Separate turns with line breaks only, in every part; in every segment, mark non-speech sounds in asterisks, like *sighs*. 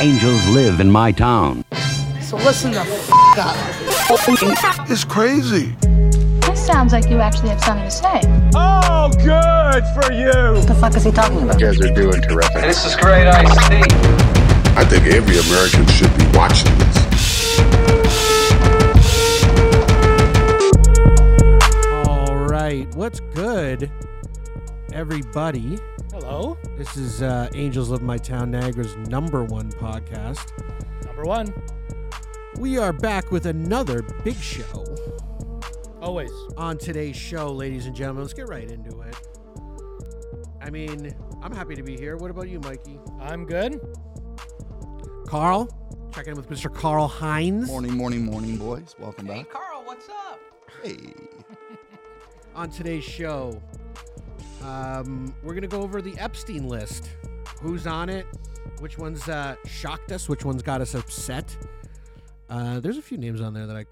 Angels live in my town.
So listen the f up.
It's crazy.
This sounds like you actually have something to say.
Oh, good for you.
What the fuck is he talking about?
You guys are doing terrific.
This is great ice tea.
I
think every American should be watching this.
All right, what's good, everybody?
Hello,
This is uh, Angels Live in My Town, Niagara's number one podcast.
number one.
We are back with another big show.
Always.
On today's show, ladies and gentlemen, let's get right into it. I mean, I'm happy to be here. What about you, Mikey?
I'm good.
Carl? Check in with Mr. Carl Hines.
Morning, morning, morning, boys. Welcome back.
Carl, what's up?
Hey.
On today's show, um, we're going to go over the Epstein list who's on it, which ones uh, shocked us, which ones got us upset. Uh, there's a few names on there that I,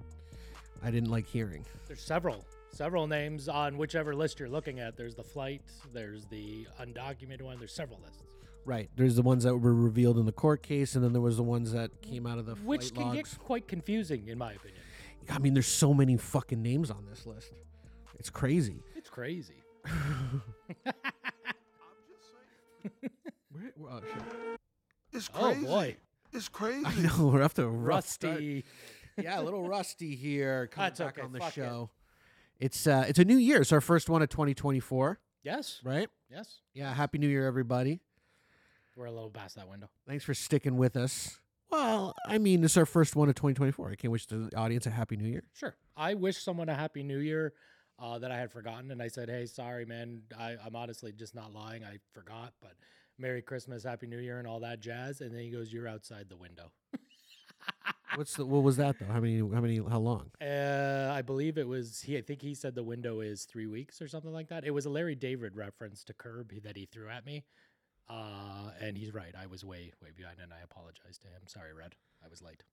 I didn't like hearing.
There's several, several names on whichever list you're looking at. There's the flight. There's the undocumented one. There's several lists,
Right. There's the ones that were revealed in the court case, and then there was the ones that came out of the
which
flight
can
logs.
get quite confusing, in my opinion.
I mean, there's so many fucking names on this list. It's crazy.
It's crazy.
Where, oh, shit. *laughs*
It's
Oh,
crazy.
boy.
It's crazy.
I know we're off to a rough start.
Rusty.
Yeah, a little rusty here. Coming
That's
back
okay,
on the
fuck it.
show. It's uh, it's a new year. It's our first one of 2024,
Yes.
right?
Yes.
Yeah. Happy New Year, everybody.
We're a little past that window.
Thanks for sticking with us. Well, I mean, it's our first one of 2024. I can't wish the audience a happy New Year.
Sure. I wish someone a happy new year uh, that I had forgotten. And I said, hey, sorry, man. I, I'm honestly just not lying. I forgot, but Merry Christmas, Happy New Year, and all that jazz. And then he goes, you're outside the window.
What's the, what was that though? How many? How many? How long?
Uh, I believe it was he. I think he said the window is three weeks or something like that. It was a Larry David reference to Curb that he threw at me. Uh, and he's right. I was way, way behind, and I apologize to him. Sorry, Red. I was late.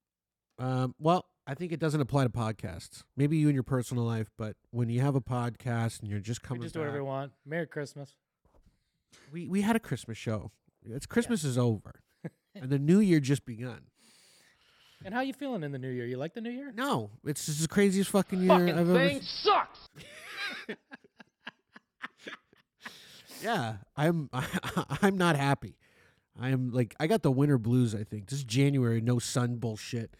Um, well, I think it doesn't apply to podcasts. Maybe you in your personal life, but when you have a podcast and you're just
We
coming,
just do whatever we
back-
want. Merry Christmas.
We we had a Christmas show. It's Christmas
*laughs*
is over, and the new year just begun.
And how you feeling in the new year? You like the new year?
No, it's just the craziest fucking year I've ever. s-
sucks.
*laughs* Yeah, I'm *laughs* I'm not happy. I'm like I got the winter blues. I think this January, no sun bullshit,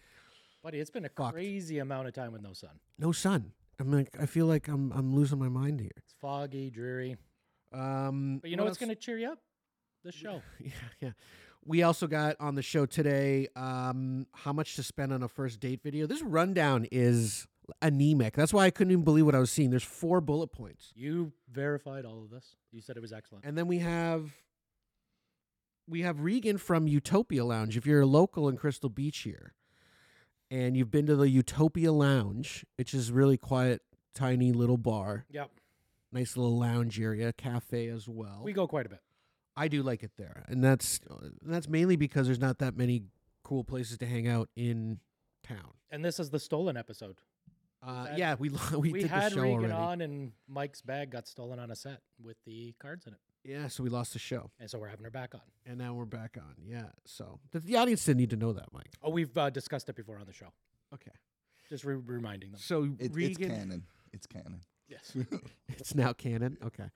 Buddy, it's been a
Fucked.
crazy amount of time with no sun.
no sun. I'm like I feel like I'm I'm losing my mind here.
It's foggy, dreary.
Um,
But you know
what
what's
else?
going to cheer you up? The
*laughs*
show.
Yeah, yeah. We also got on the show today um, how much to spend on a first date video. This rundown is anemic. That's why I couldn't even believe what I was seeing. There's four bullet points.
You verified all of this. You said it was excellent.
And then we have we have Regan from Utopia Lounge. If you're a local in Crystal Beach here and you've been to the Utopia Lounge, which is really quiet, tiny little bar,
Yep.
nice little lounge area, cafe as well.
We go quite a bit.
I do like it there, and that's that's mainly because there's not that many cool places to hang out in town.
And this is the stolen episode.
Uh,
That-
yeah, we lo- *laughs* we,
We,
did the
had
show
Regan
already.
on, and Mike's bag got stolen on a set with the cards in it.
Yeah, so we lost the show,
And so we're having her back on.
and now we're back on. Yeah, so the, the audience didn't need to know that, Mike.
Oh, we've uh, discussed it before on the show.
Okay,
Just re- reminding them.
so
It,
Regan,
it's canon. It's canon. *laughs*
Yes.
*laughs* It's now canon. Okay.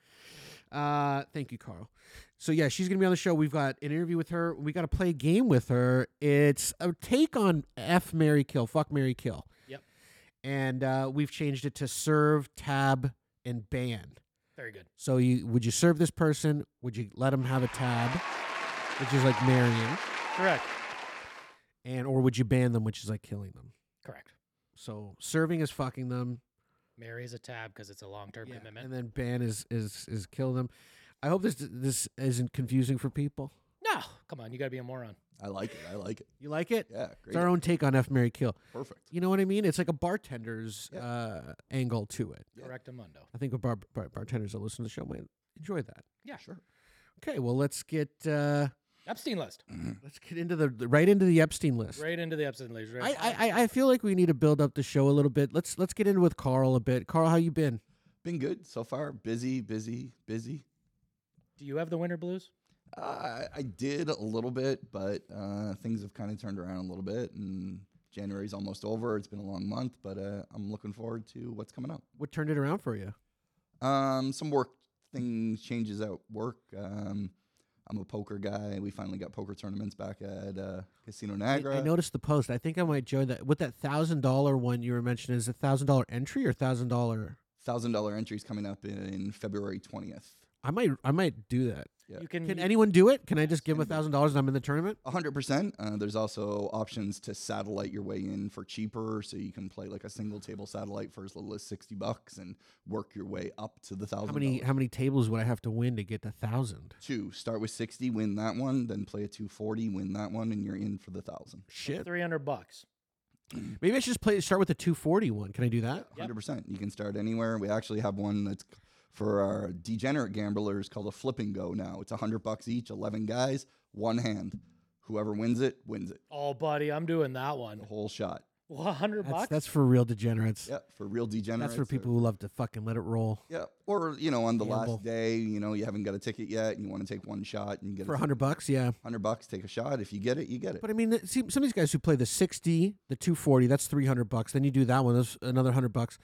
Uh, thank you, Carl. So yeah, she's gonna be on the show. We've got an interview with her. We got to play a game with her. It's a take on F Mary Kill, fuck Mary Kill.
Yep.
And uh, we've changed it to serve, tab, and ban.
Very good.
So you would you serve this person? Would you let them have a tab, which is like marrying,
Correct.
and or would you ban them, which is like killing them?
Correct.
So serving is fucking them,
Mary is a tab because it's a long term
Yeah,
commitment.
and then ban is is is kill them. I hope this this isn't confusing for people.
no, come on. You got to be a moron.
I like it. I like it.
You like it?
Yeah, great.
It's our own take on F Mary Kill.
Perfect.
You know what I mean? It's like a bartender's
Yeah.
uh, angle to it.
Yeah.
Correct, Amundo.
I think bar- bar- bartenders that listen to the show might enjoy that.
Yeah.
Sure.
Okay, well let's get uh,
Epstein list.
let's get into the the- right into the Epstein list.
Right into the Epstein list. Right
I, I I- I feel like we need to build up the show a little bit. Let's let's get into with Carl a bit. Carl, how you been?
Been good so far. Busy, busy, busy.
Do you have the winter blues?
Uh, I did a little bit, but uh, things have kind of turned around a little bit, and January's almost over. It's been a long month, but uh, I'm looking forward to what's coming up.
What turned it around for you?
Um, some work things changes at work. Um, I'm a poker guy. We finally got poker tournaments back at uh, Casino
I-
Niagara.
I, noticed the post. I think I might join that. What that thousand dollar one you were mentioning is a thousand dollar entry or thousand dollar?
Thousand dollar entries coming up in February 20th.
I might I might do that.
Yeah.
You can,
Can
you-
anyone do it? Can I just give them a
anybody.
thousand dollars and I'm in the tournament?
100%. Uh, there's also options to satellite your way in for cheaper. So you can play like a single table satellite for as little as 60 bucks and work your way up to the thousand.
How many how many tables would I have to win to get the thousand?
Two. Start with 60, win that one, then play a 240, win that one, and you're in for the thousand.
Shit.
three hundred bucks.
Maybe I should just play start with the two forty one. Can I do that?
Yep.
100%. You can start anywhere. We actually have one that's c- for our degenerate gamblers called a flip and go now. It's 100 bucks each, 11 guys, one hand. Whoever wins it, wins it.
Oh, buddy, I'm doing that
The
one.
whole shot.
One hundred
That's,
bucks.
that's for real degenerates.
Yeah, for real degenerates.
That's for
or-
people who love to fucking let it roll.
Yeah, or you know, on the
Gamble.
last day, you know, you haven't got a ticket yet, and you want to take one shot and get
For
a
a hundred bucks, yeah.
hundred bucks, take a shot. If you get it, you get it.
But I mean, th- see, some of these guys who play the sixty, the two forty, that's three hundred bucks. Then you do that one, that's another hundred bucks.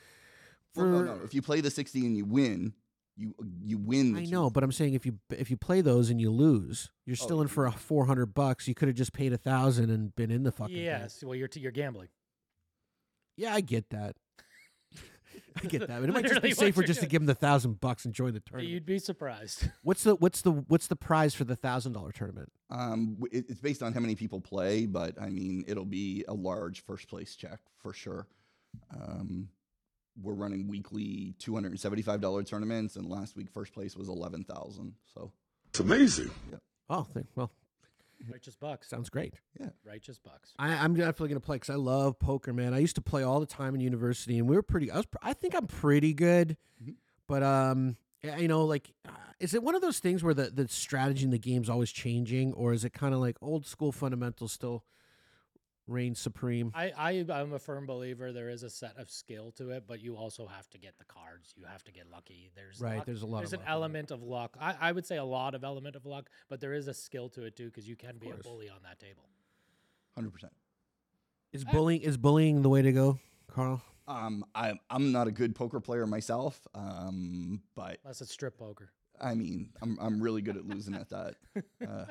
Well, no, no,
for-
If you play the sixty and you win, you you win. The
I know, but I'm saying if you if you play those and you lose, you're
Oh,
still
yeah,
in
you
for a four hundred bucks. You could have just paid a thousand and been in the fucking. thing.
yes. Well, you're t- you're gambling.
Yeah, I get that. *laughs* I get that, but it might just
Literally
be
what
safer
you're
just to
doing.
give them the thousand bucks and join the tournament.
You'd be surprised. *laughs*
What's the what's the what's the prize for the thousand dollar tournament?
Um, w- it, it's based on how many people play, but I mean, it'll be a large first place check for sure. Um, we're running weekly two hundred and seventy five dollar tournaments, and last week first place was eleven thousand. So
It's amazing.
Oh, th- well,
Righteous bucks.
sounds great.
Righteous bucks.
I, I'm definitely gonna play because I love poker, man. I used to play all the time in university, and we were pretty. I was, pr- I think I'm pretty good,
Mm-hmm.
Mhm.
but um, yeah, you know, like, uh, is it one of those things where the the strategy in the game's always changing, or is it kind of like old school fundamentals still reign supreme?
I, I I'm a firm believer there is a set of skill to it, but you also have to get the cards. You have to get lucky. There's
right,
luck-
there's a lot.
there's
of
an
luck in it.
element of luck. I, I would say a lot of element of luck, but there is a skill to it too because you can be a
course.
bully on that table.
hundred percent.
Is
I-
bullying is bullying the way to go, Carl?
Um, I'm I'm not a good poker player myself. Um, but
Unless it's strip poker.
I mean, I'm I'm really good at losing at that. Uh,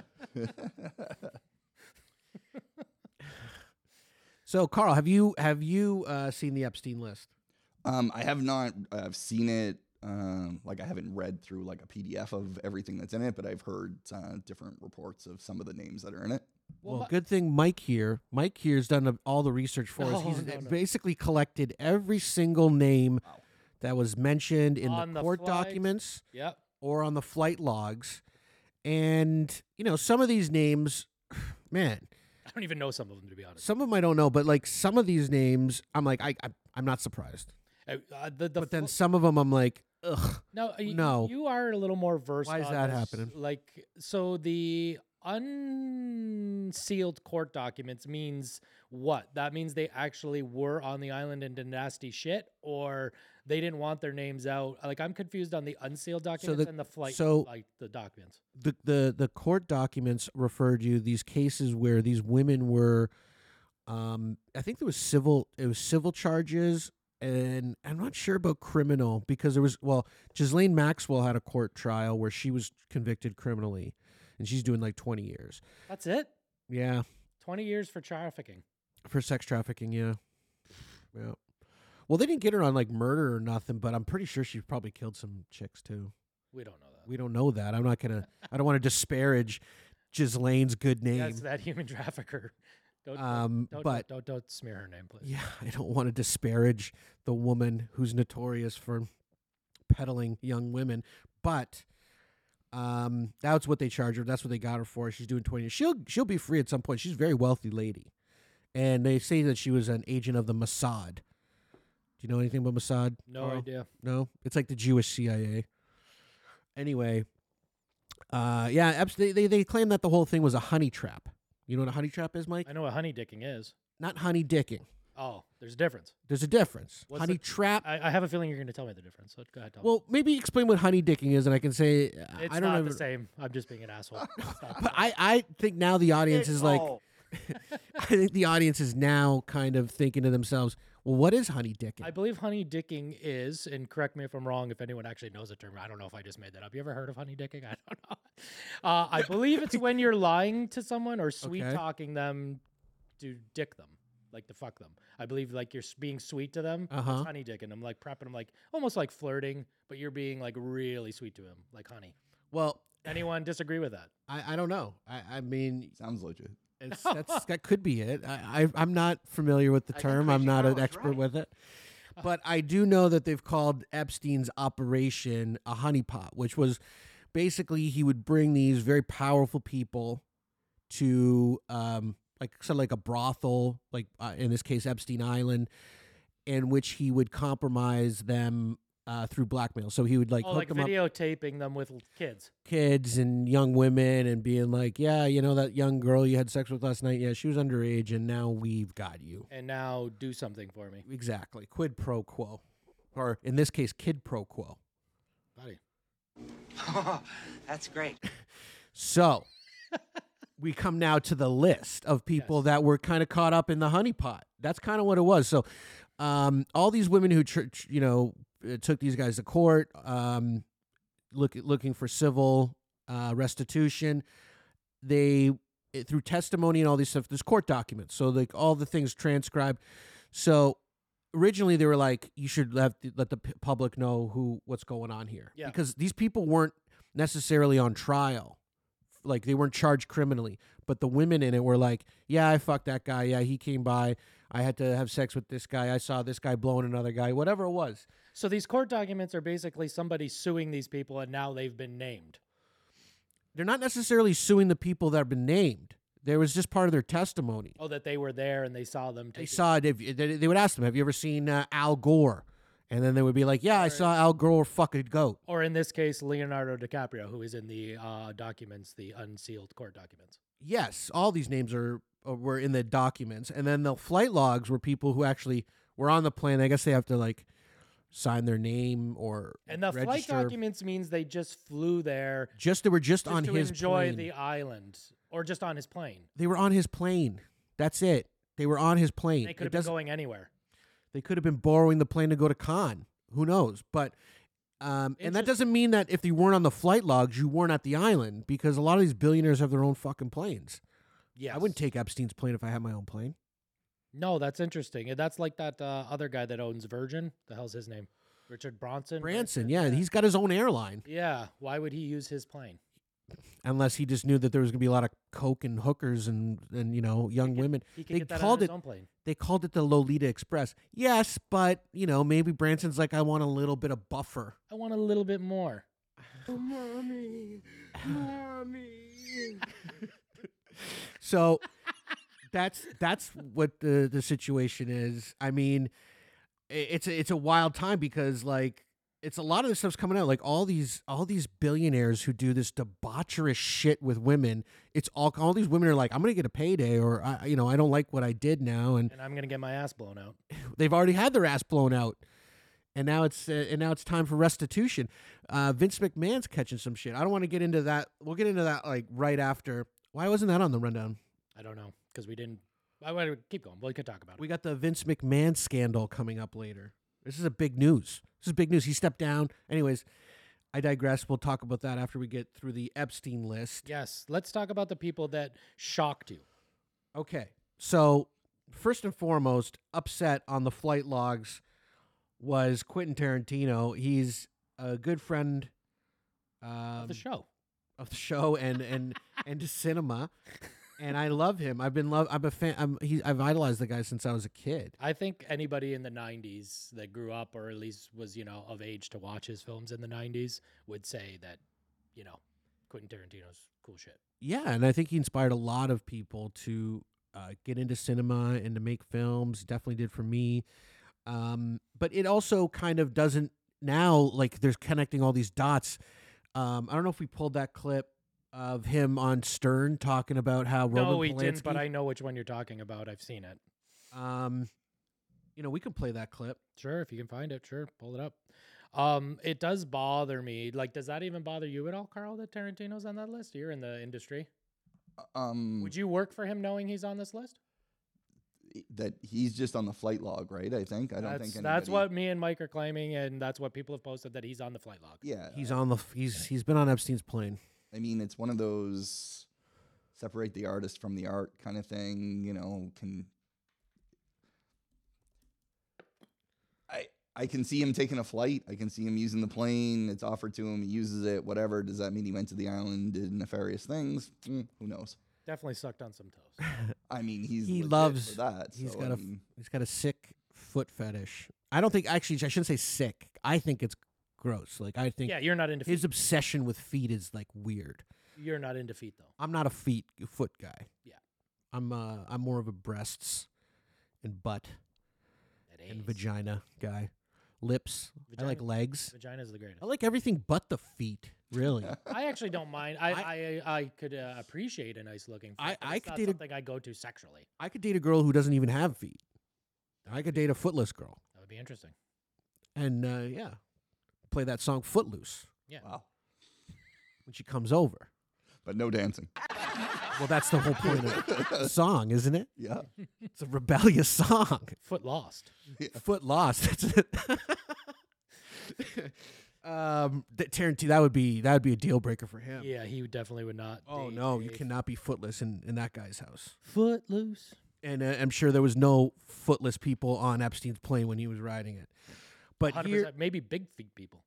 So, Carl, have you have you uh, seen the Epstein list?
*laughs* um, I have not. I've seen it. Um, like I haven't read through like a PDF of everything that's in it, but I've heard uh, different reports of some of the names that are in it.
Well,
my-
good thing Mike here. Mike here's done a- all the
*laughs*
research for us.
Oh, No,
He's
no, no.
basically collected every single name
Wow.
that was mentioned in
On
the
the
court
flight.
documents
Yep.
or on the flight logs. And, you know, some of these names, *sighs* man,
I don't even know some of them to be honest.
some of them I don't know, but like some of these names, I'm like, I, I I'm not surprised.
Uh, uh, the, the
but then
fl-
some of them I'm like, ugh.
No, y-
No.
You are a little more versed.
Why is
on
that
this.
happening?
Like, so the unsealed court documents means what? That means they actually were on the island and did nasty shit, or they didn't want their names out. Like, I'm confused on the unsealed documents
the-
and the flight,
so-
like the documents.
the the the court documents referred to these cases where these women were um I think there was civil it was civil charges and I'm not sure about criminal because there was well Ghislaine Maxwell had a court trial where she was convicted criminally and she's doing like 20 years.
That's it.
Yeah,
Twenty years for trafficking.
for sex trafficking, yeah. Yeah. Well, they didn't get her on like murder or nothing, but I'm pretty sure she probably killed some chicks too.
We don't know that.
We don't know that. I'm not going to I don't want to disparage Ghislaine's good name.
That's that *laughs* human trafficker. Don't, don't-
Um,
don't,
but-
don't, don't don't smear her name, please.
Yeah, *laughs* I don't want to disparage the woman who's notorious for peddling young women, but um, that's what they charge her. That's what they got her for. She's doing twenty. She'll she'll be free at some point. She's a very wealthy lady, and they say that she was an agent of the Mossad. Do you know anything about Mossad?
No
Carl?
idea.
No, it's like the Jewish CIA. Anyway, uh, yeah, abs- they, they they claim that the whole thing was a honey trap. You know what a honey trap is, Mike?
I know what honey dicking is.
Not honey dicking.
Oh, there's a difference.
There's a difference.
What's
honey
the-
trap.
I, I have a feeling you're going to tell me the difference. So go ahead, tell
well, maybe explain what honey dicking is, and I can say uh,
me. It's
I don't
not
know.
the same. I'm just being an asshole.
*laughs*
It's not the
But
same.
I, I think now the audience is like,
Oh.
*laughs* I think the audience is now kind of thinking to themselves, well, what is honey dicking?
I believe honey dicking is, and correct me if I'm wrong, if anyone actually knows the term, I don't know if I just made that up. You ever heard of honey dicking? *laughs* I don't know. Uh, I believe it's when you're lying to someone
*laughs*
or sweet talking them to dick them, like to fuck them. I believe like you're s- being sweet to them, that's
Uh-huh.
honey dicking. I'm like prepping them, like almost like flirting, but you're being like really sweet to him, like
*sighs*
honey.
well,
Anyone disagree with that?
I, I don't know. I, I mean,
Sounds legit.
*laughs*
it's, that's, that could be it. I, I, I'm not familiar with the term. I'm not an expert with
*laughs*
it. But I do know that they've called Epstein's operation a honeypot, which was basically he would bring these very powerful people to um, like sort of like a brothel, like uh, in this case Epstein Island, in which he would compromise them uh, through blackmail. So he would like
oh,
hook
like
them up
videotaping them with l- kids.
kids and young women and being like, yeah, you know that young girl you had sex with last night, yeah, she was underage and now we've got you.
And now do something for me.
Exactly. Quid pro quo. Or in this case, kid pro quo.
Buddy.
That's great.
So we come now to the list of people
Yes.
that were kind of caught up in the honeypot. That's kind of what it was. So um, all these women who, tr- tr- you know, uh, took these guys to court, um, look looking for civil uh, restitution. They it- through testimony and all these stuff. There's court documents, so like all the things transcribed. So originally they were like, you should let the, let the p- public know who what's going on here
Yeah.
because these people weren't necessarily on trial, like they weren't charged criminally. But the women in it were like, yeah, I fucked that guy. Yeah, he came by. I had to have sex with this guy. I saw this guy blowing another guy. Whatever it was.
So these court documents are basically somebody suing these people, and now they've been named.
they're not necessarily suing the people that have been named. There was just part of their testimony.
Oh, that they were there and they saw them.
They
taking-
saw it. If, they, they would ask them, "Have you ever seen uh, Al Gore?" And then they would be like, "Yeah, I saw Al Gore fuck a goat."
or in this case, Leonardo DiCaprio, who is in the uh, documents, the unsealed court documents.
Yes, all these names are uh, were in the documents, and then the flight logs were people who actually were on the plane. I guess they have to like sign their name or
And the flight
register.
documents means they just flew there
Just they were just,
just
on
to
his
enjoy
plane.
the island, or just on his plane.
they were on his plane. That's it. They were on his plane.
They
It
could have been
doesn't-
going anywhere.
They could have been borrowing the plane to go to Cannes. Who knows? But um, and that
Interest-
doesn't mean that if you weren't on the flight logs, you weren't at the island because a lot of these billionaires have their own fucking planes.
Yeah,
I wouldn't take Epstein's plane if I had my own plane.
No, that's interesting. And That's like that uh, other guy that owns Virgin. The hell's his name? Richard Bronson.
Branson,
Richard-
yeah, he's got his own airline.
Yeah, why would he use his plane?
Unless he just knew that there was gonna be a lot of coke and hookers and and you know young women.
He could
They
get that
called
on his
it-
own plane.
They called it the Lolita Express. Yes, but you know maybe Branson's like I want a little bit of buffer.
I want a little bit more.
So that's that's what the the situation is. I mean, i- it's a, it's a wild time because like it's a lot of this stuff's coming out. Like all these all these billionaires who do this debaucherous shit with women. It's all all these women are like, I'm gonna get a payday, or I you know I don't like what I did now, and
And I'm gonna get my ass blown out.
they've already had their ass blown out. And now it's uh, and now it's time for restitution. Uh, Vince McMahon's catching some shit. I don't want to get into that. We'll get into that like right after. Why wasn't that on the rundown?
I don't know because we didn't. I want keep going. We could talk about it.
We got the Vince McMahon scandal coming up later. This is a big news. This is big news. He stepped down. Anyways, I digress. We'll talk about that after we get through the Epstein list.
yes, let's talk about the people that shocked you.
Okay. So, first and foremost, upset on the flight logs was Quentin Tarantino. He's a good friend um,
of the show.
of the show and and
*laughs*
and to cinema. And I love him. I've been love. I'm a fan. I'm, he, I've idolized the guy since I was a kid.
I think anybody in the '90s that grew up, or at least was you know of age to watch his films in the '90s, would say that you know Quentin Tarantino's cool shit.
Yeah, and I think he inspired a lot of people to uh, get into cinema and to make films. Definitely did for me. Um, but it also kind of doesn't now like there's connecting all these dots. Um, I don't know if we pulled that clip of him on Stern talking about how
no,
Roman
we
Polanski.
didn't. But I know which one you're talking about. I've seen it.
Um, you know, we can play that clip.
Sure, if you can find it, sure, pull it up. Um, it does bother me. Like, does that even bother you at all, Carl? That Tarantino's on that list. You're in the industry.
Um,
Mm.
Would you work for him knowing he's on this list?
that he's just on the flight log, right? I think. I don't
that's,
think anybody,
that's what me and Mike are claiming, and that's what people have posted that he's on the flight log.
Uh, Yeah,
He's on the f- he's he's been on Epstein's plane.
I mean, it's one of those separate the artist from the art kind of thing. You know, can I I can see him taking a flight. I can see him using the plane. It's offered to him. He uses it. Whatever. Does that mean he went to the island, did nefarious things? Mm, who knows?
Definitely sucked on some toes.
I mean, he's
He
legit for
loves-
that.
He's
so, um,
got
I
a f-
mean,
he's got a sick foot fetish. I don't think actually I shouldn't say sick. I think it's gross. Like I *laughs* think
yeah, you're not into feet.
his obsession with feet is like weird.
You're not into feet though.
I'm not a feet foot guy.
Yeah.
I'm uh I'm more of a breasts and butt
That
and
is.
vagina guy. Lips. I like
Vagina-
legs.
Vagina's the greatest.
I like everything but the feet, really.
I actually don't mind. I
I-
I, I, could uh, appreciate a nice looking. Foot,
I-
but
I
it's
could
not
date a-
something I go to sexually.
I could date a girl who doesn't even have feet. I could date a footless girl.
That would be interesting.
And uh, yeah, play that song Footloose
Yeah.
wow.
when she comes over.
But no dancing.
Well, that's the whole point of the song, isn't it?
Yeah.
It's a rebellious song.
Foot lost.
Foot lost. *laughs* That's it. um, that Tarantino. That would be that would be a deal breaker for him.
Yeah, he definitely would not.
Oh
date
no, you
a
cannot be footless in, in that guy's house.
Foot loose.
And uh, I'm sure there was no footless people on Epstein's plane when he was riding it. But
100%,
here,
maybe big feet people.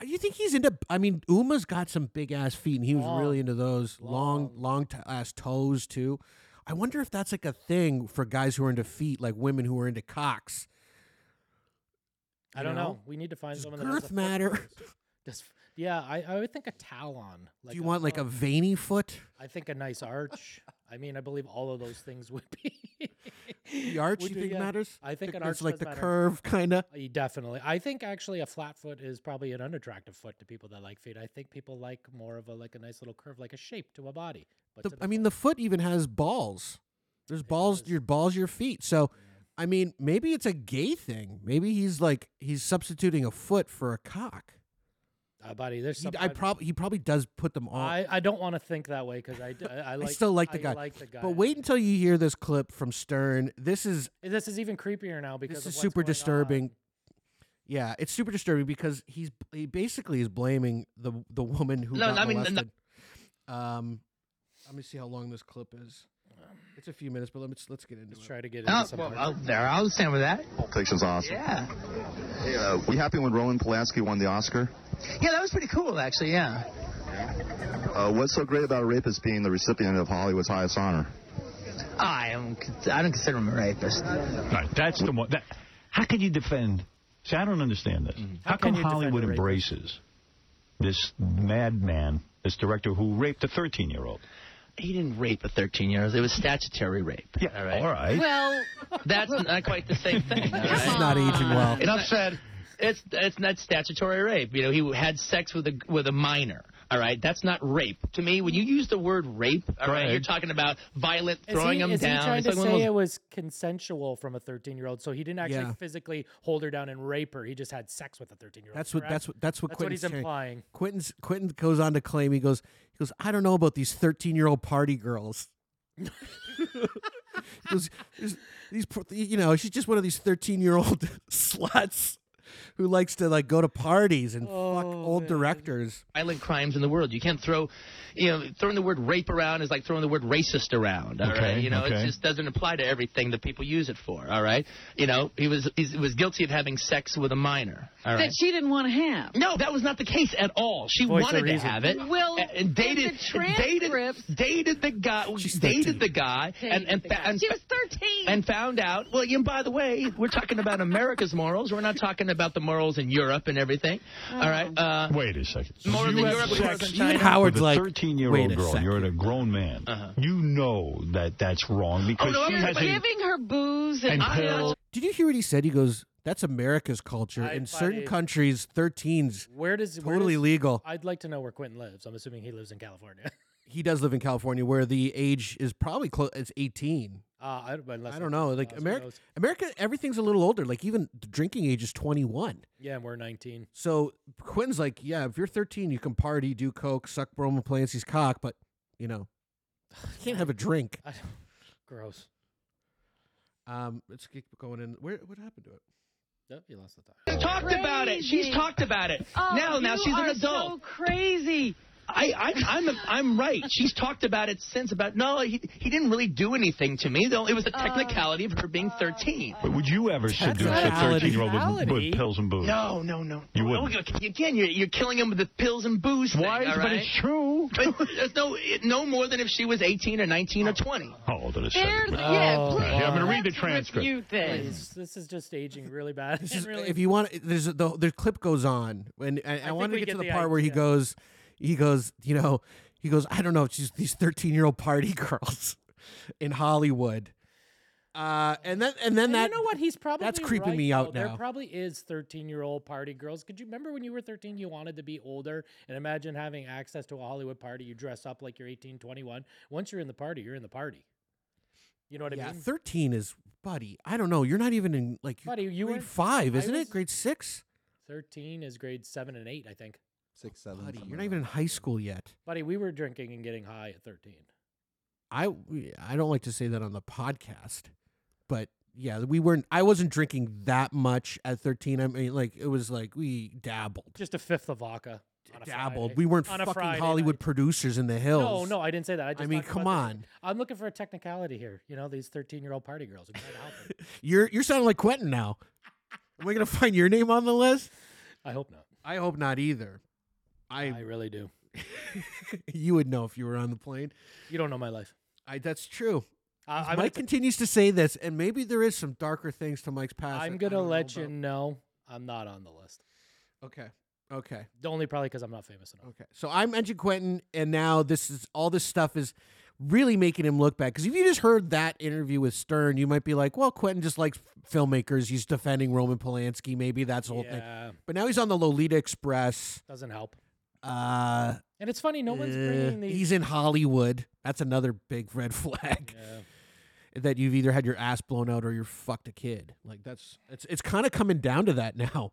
you think he's into? I mean, Uma's got some big ass feet, and he was really
Long,
into those long,
long.
long t- ass toes too. I wonder if that's like a thing for guys who are into feet, like women who are into cocks.
I
You
don't know?
know?
We need to find
Does
someone that has a
girth
foot
matter?
loose. Does, yeah, I, I would think a talon. Like
Do you want like a
oh,
veiny foot?
I think a nice arch. I mean, I believe all of those things would be.
*laughs* The arch
*laughs* would
you
be-
think
yeah.
matters?
I think an
it's
arch
like
does
the
matter.
curve *laughs* kind of.
Uh, Definitely. I think actually a flat foot is probably an unattractive foot to people that like feet. I think people like more of a like a nice little curve, like a shape to a body. But to
I mean, the foot even has balls. There's balls.
does.
Your balls. Your feet. So, I mean, maybe it's a gay thing. Maybe he's like he's substituting a foot for a cock.
foot- uh, body, there's
He,
some.
I probably he probably does put them on.
I, I don't want to think that way because I, d- I- I like
Oh. still like the
I
guy.
like the guy.
But wait until you hear this clip from Stern. This is
this is even creepier now because
This
of
is
what's
super
going
disturbing.
on.
yeah, it's super disturbing because he's he basically is blaming the the woman who
No,
got
I mean, no, no.
molested. Um, let me see how long this clip is. It's a few minutes, but let me let's get into
Let's
it.
try to get into
Oh,
some.
well,
part.
oh, there, I'll stand with that.
Fiction's awesome.
Yeah.
Uh, we happy when Roman Polanski won the Oscar?
Yeah, that was pretty cool, actually, yeah.
Uh, what's so great about a rapist being the recipient of Hollywood's highest honor?
I am. I don't consider him a rapist.
Right, that's the one. That, how can you defend? See, I don't understand this.
Mm-hmm.
How,
How
come
can you defend
Hollywood
a rapist?
embraces this madman, this director who raped a 13-year-old?
He didn't rape a 13 year old. It was statutory rape. Yeah, all right.
All right.
Well, that's not quite the same
*laughs*
thing. all
This is
right?
not aging well.
Enough said. It's it's not statutory rape. You know, he had sex with a with a minor. All right, that's not rape. To me, when you use the word rape, all right,
Right.
you're talking about violent
Is
throwing
he,
him
is
down.
he trying
It's
to
like one
say
of
it
those-
was consensual from a 13 year old? So he didn't actually
Yeah.
physically hold her down and rape her. He just had sex with a 13 year old.
That's what that's what that's what
That's what
Quentin's
he's
saying.
implying.
Quentin's Quentin goes on to claim he goes he goes I don't know about these thirteen year old
*laughs*
party girls. He goes, "There's these poor- you know she's just one of these thirteen year old *laughs* sluts who likes to like go to parties and
Oh,
fuck old directors.
violent crimes in the world. You can't throw, you know, throwing the word rape around is like throwing the word racist around. All right,
Okay,
you know,
okay.
it just doesn't apply to everything that people use it for. All right, you know, he was he was guilty of having sex with a minor. All right.
she didn't want to have.
no, that was not the case at all. She
Voice of
wanted to
reason.
have it.
Well,
a- and
there's
dated,
the transcripts.
dated, dated the guy,
She's
dated
13.
the guy, and and, fa- and
she was
fa-
13.
and found out. Well, and by the way, we're talking about America's morals. We're not talking about the morals in Europe and everything. All right. Uh,
Wait a second.
More
you
than
have
Europe, more
sex
than
with
China.
Even Howard's
a
like
13-year-old
"Wait a
girl.
second."
You're a grown man. You know that that's wrong because
Uh-huh. Oh, no,
she
I'm
has a
giving her booze and,
and
I'm not-
pill.
Did you hear what he said? He goes that's America's culture.
I
In
find
certain
it-
countries, thirteens
Where does where
totally
does-
legal.
I'd like to know where Quentin lives. I'm assuming he lives in California. *laughs*
He does live in California where the age is probably close. It's eighteen.
Uh, I, don't- unless
I
it
don't know.
comes
Like
across, who
America,
knows?
America, everything's a little older. Like even the drinking age is twenty one.
Yeah, and we're 19.
So Quentin's like, yeah, if you're 13, you can party, do coke, suck Roman Polanski's cock, but
*sighs*
you know, you can't have a drink.
*laughs* I don't, gross.
Um, let's keep going in. Where what happened to it?
Nope, you lost the thought.
She's talked about it. She's
Crazy. Oh,
talked about it. now, now
you
she's an
are
adult.
So crazy.
I, I, I'm, I'm right. She's talked about it since. About no, he, he didn't really do anything to me though. It
Oh.
was the technicality of her being 13.
But would you ever seduce
not
a
reality.
13 year old with,
Reality.
with pills and booze?
No, no, no.
You wouldn't.
Oh, you can. You're, you're killing him with the pills and booze. Thing,
Why?
all
But
right?
it's true.
But there's no, it- no more than if she was 18 or 19 or 20.
How old
There,
is she?
yeah,
Oh,
please.
yeah, I'm gonna
read the
let's
transcript.
review this.
Please, this is just aging really bad. *laughs*
This is,
really,
if you want, there's the the clip goes on, and, and I,
think
wanted to
we
get,
get
to the,
the
part where he
idea.
goes, he goes, you know, he goes, I don't know, she's these 13 year old party *laughs* girls in Hollywood, uh, and then and then
And
that
you know what? He's probably
creeping
right,
me out
though.
now.
There probably is thirteen-year-old party girls. Could you remember when you were thirteen? You wanted to be older, and imagine having access to a Hollywood party. You dress up like you're 18, 21. Once you're in the party, you're in the party. You know what
yeah,
I mean?
13 is buddy. I don't know. You're not even in like
Buddy, you
grade
weren't-
five,
I
isn't
was-
it? Grade six.
Thirteen is grade seven and eight, I think.
Six, seven.
Buddy,
somewhere
you're not
around
even in
there.
high school yet.
Buddy, we were drinking and getting high at thirteen.
I I don't like to say that on the podcast, but yeah, we weren't. I wasn't drinking that much at 13. I mean, like it was like we dabbled,
Just a fifth of vodka. on a
dabbled.
Friday.
We weren't
On a
fucking
Friday
Hollywood
night.
producers in the hills.
No, no, I didn't say that. I,
I
just
mean,
talked
come
about the-
on.
I'm looking for a technicality here. You know, these 13 year old party girls. I'm trying to help 'em.
*laughs* You're you're sounding like Quentin now. Am I gonna find your name on the list?
I hope not.
I hope not either.
I,
I
really do.
*laughs* you would know if you were on the plane.
You don't know my life.
I that's true.
I, I'm
Mike
gonna t-
continues to say this, and maybe there is some darker things to Mike's
I'm
past. that I
gonna
don't know
let you
about.
know I'm not on the list.
Okay. Okay.
Only probably because I'm not famous enough.
Okay. So I mentioned Quentin, and now this is all this stuff is really making him look bad. Because if you just heard that interview with Stern, you might be like, "Well, Quentin just likes filmmakers. He's defending Roman Polanski. Maybe that's the whole thing."
yeah,
But now he's on the Lolita Express.
doesn't help.
Uh,
And it's funny, no one's
uh,
bringing these.
He's in Hollywood. That's another big red *laughs* flag
Yeah.
that you've either had your ass blown out or you're fucked a kid. Like that's it's it's kind of coming down to that *laughs* now.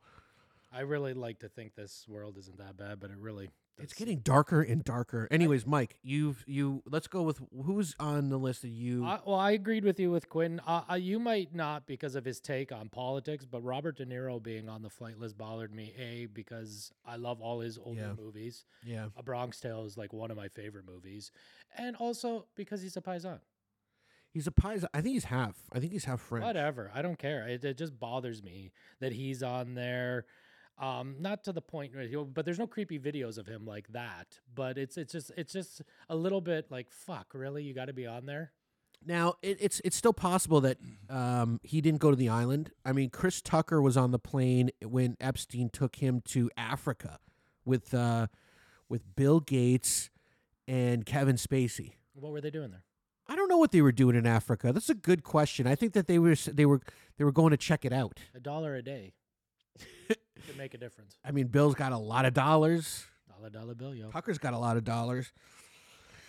I really like to think this world isn't that bad, but it really.
It's
does.
getting darker and darker. Anyways, Mike, you've you let's go with who's on the list of you.
I, well, I agreed with you with Quinn. Uh, uh, you might not because of his take on politics, but Robert De Niro being on the flight list bothered me. A because I love all his older
Yeah.
movies.
yeah.
A Bronx Tale is like one of my favorite movies, and also because he's a paisan.
He's a Pisa. I think he's half. I think he's half French.
Whatever. I don't care. It, it just bothers me that he's on there. Um, not to the point where he'll, but there's no creepy videos of him like that. But it's it's just it's just a little bit like fuck. Really, you got to be on there.
Now it, it's it's still possible that um, he didn't go to the island. I mean, Chris Tucker was on the plane when Epstein took him to Africa with uh, with Bill Gates and Kevin Spacey.
What were they doing there?
I don't know what they were doing in Africa. That's a good question. I think that they were s- they were they were going to check it out.
A dollar a
*laughs*
day could make a difference.
I mean, Bill's got a lot of dollars.
Dollar dollar bill, yo.
Tucker's got a lot of dollars.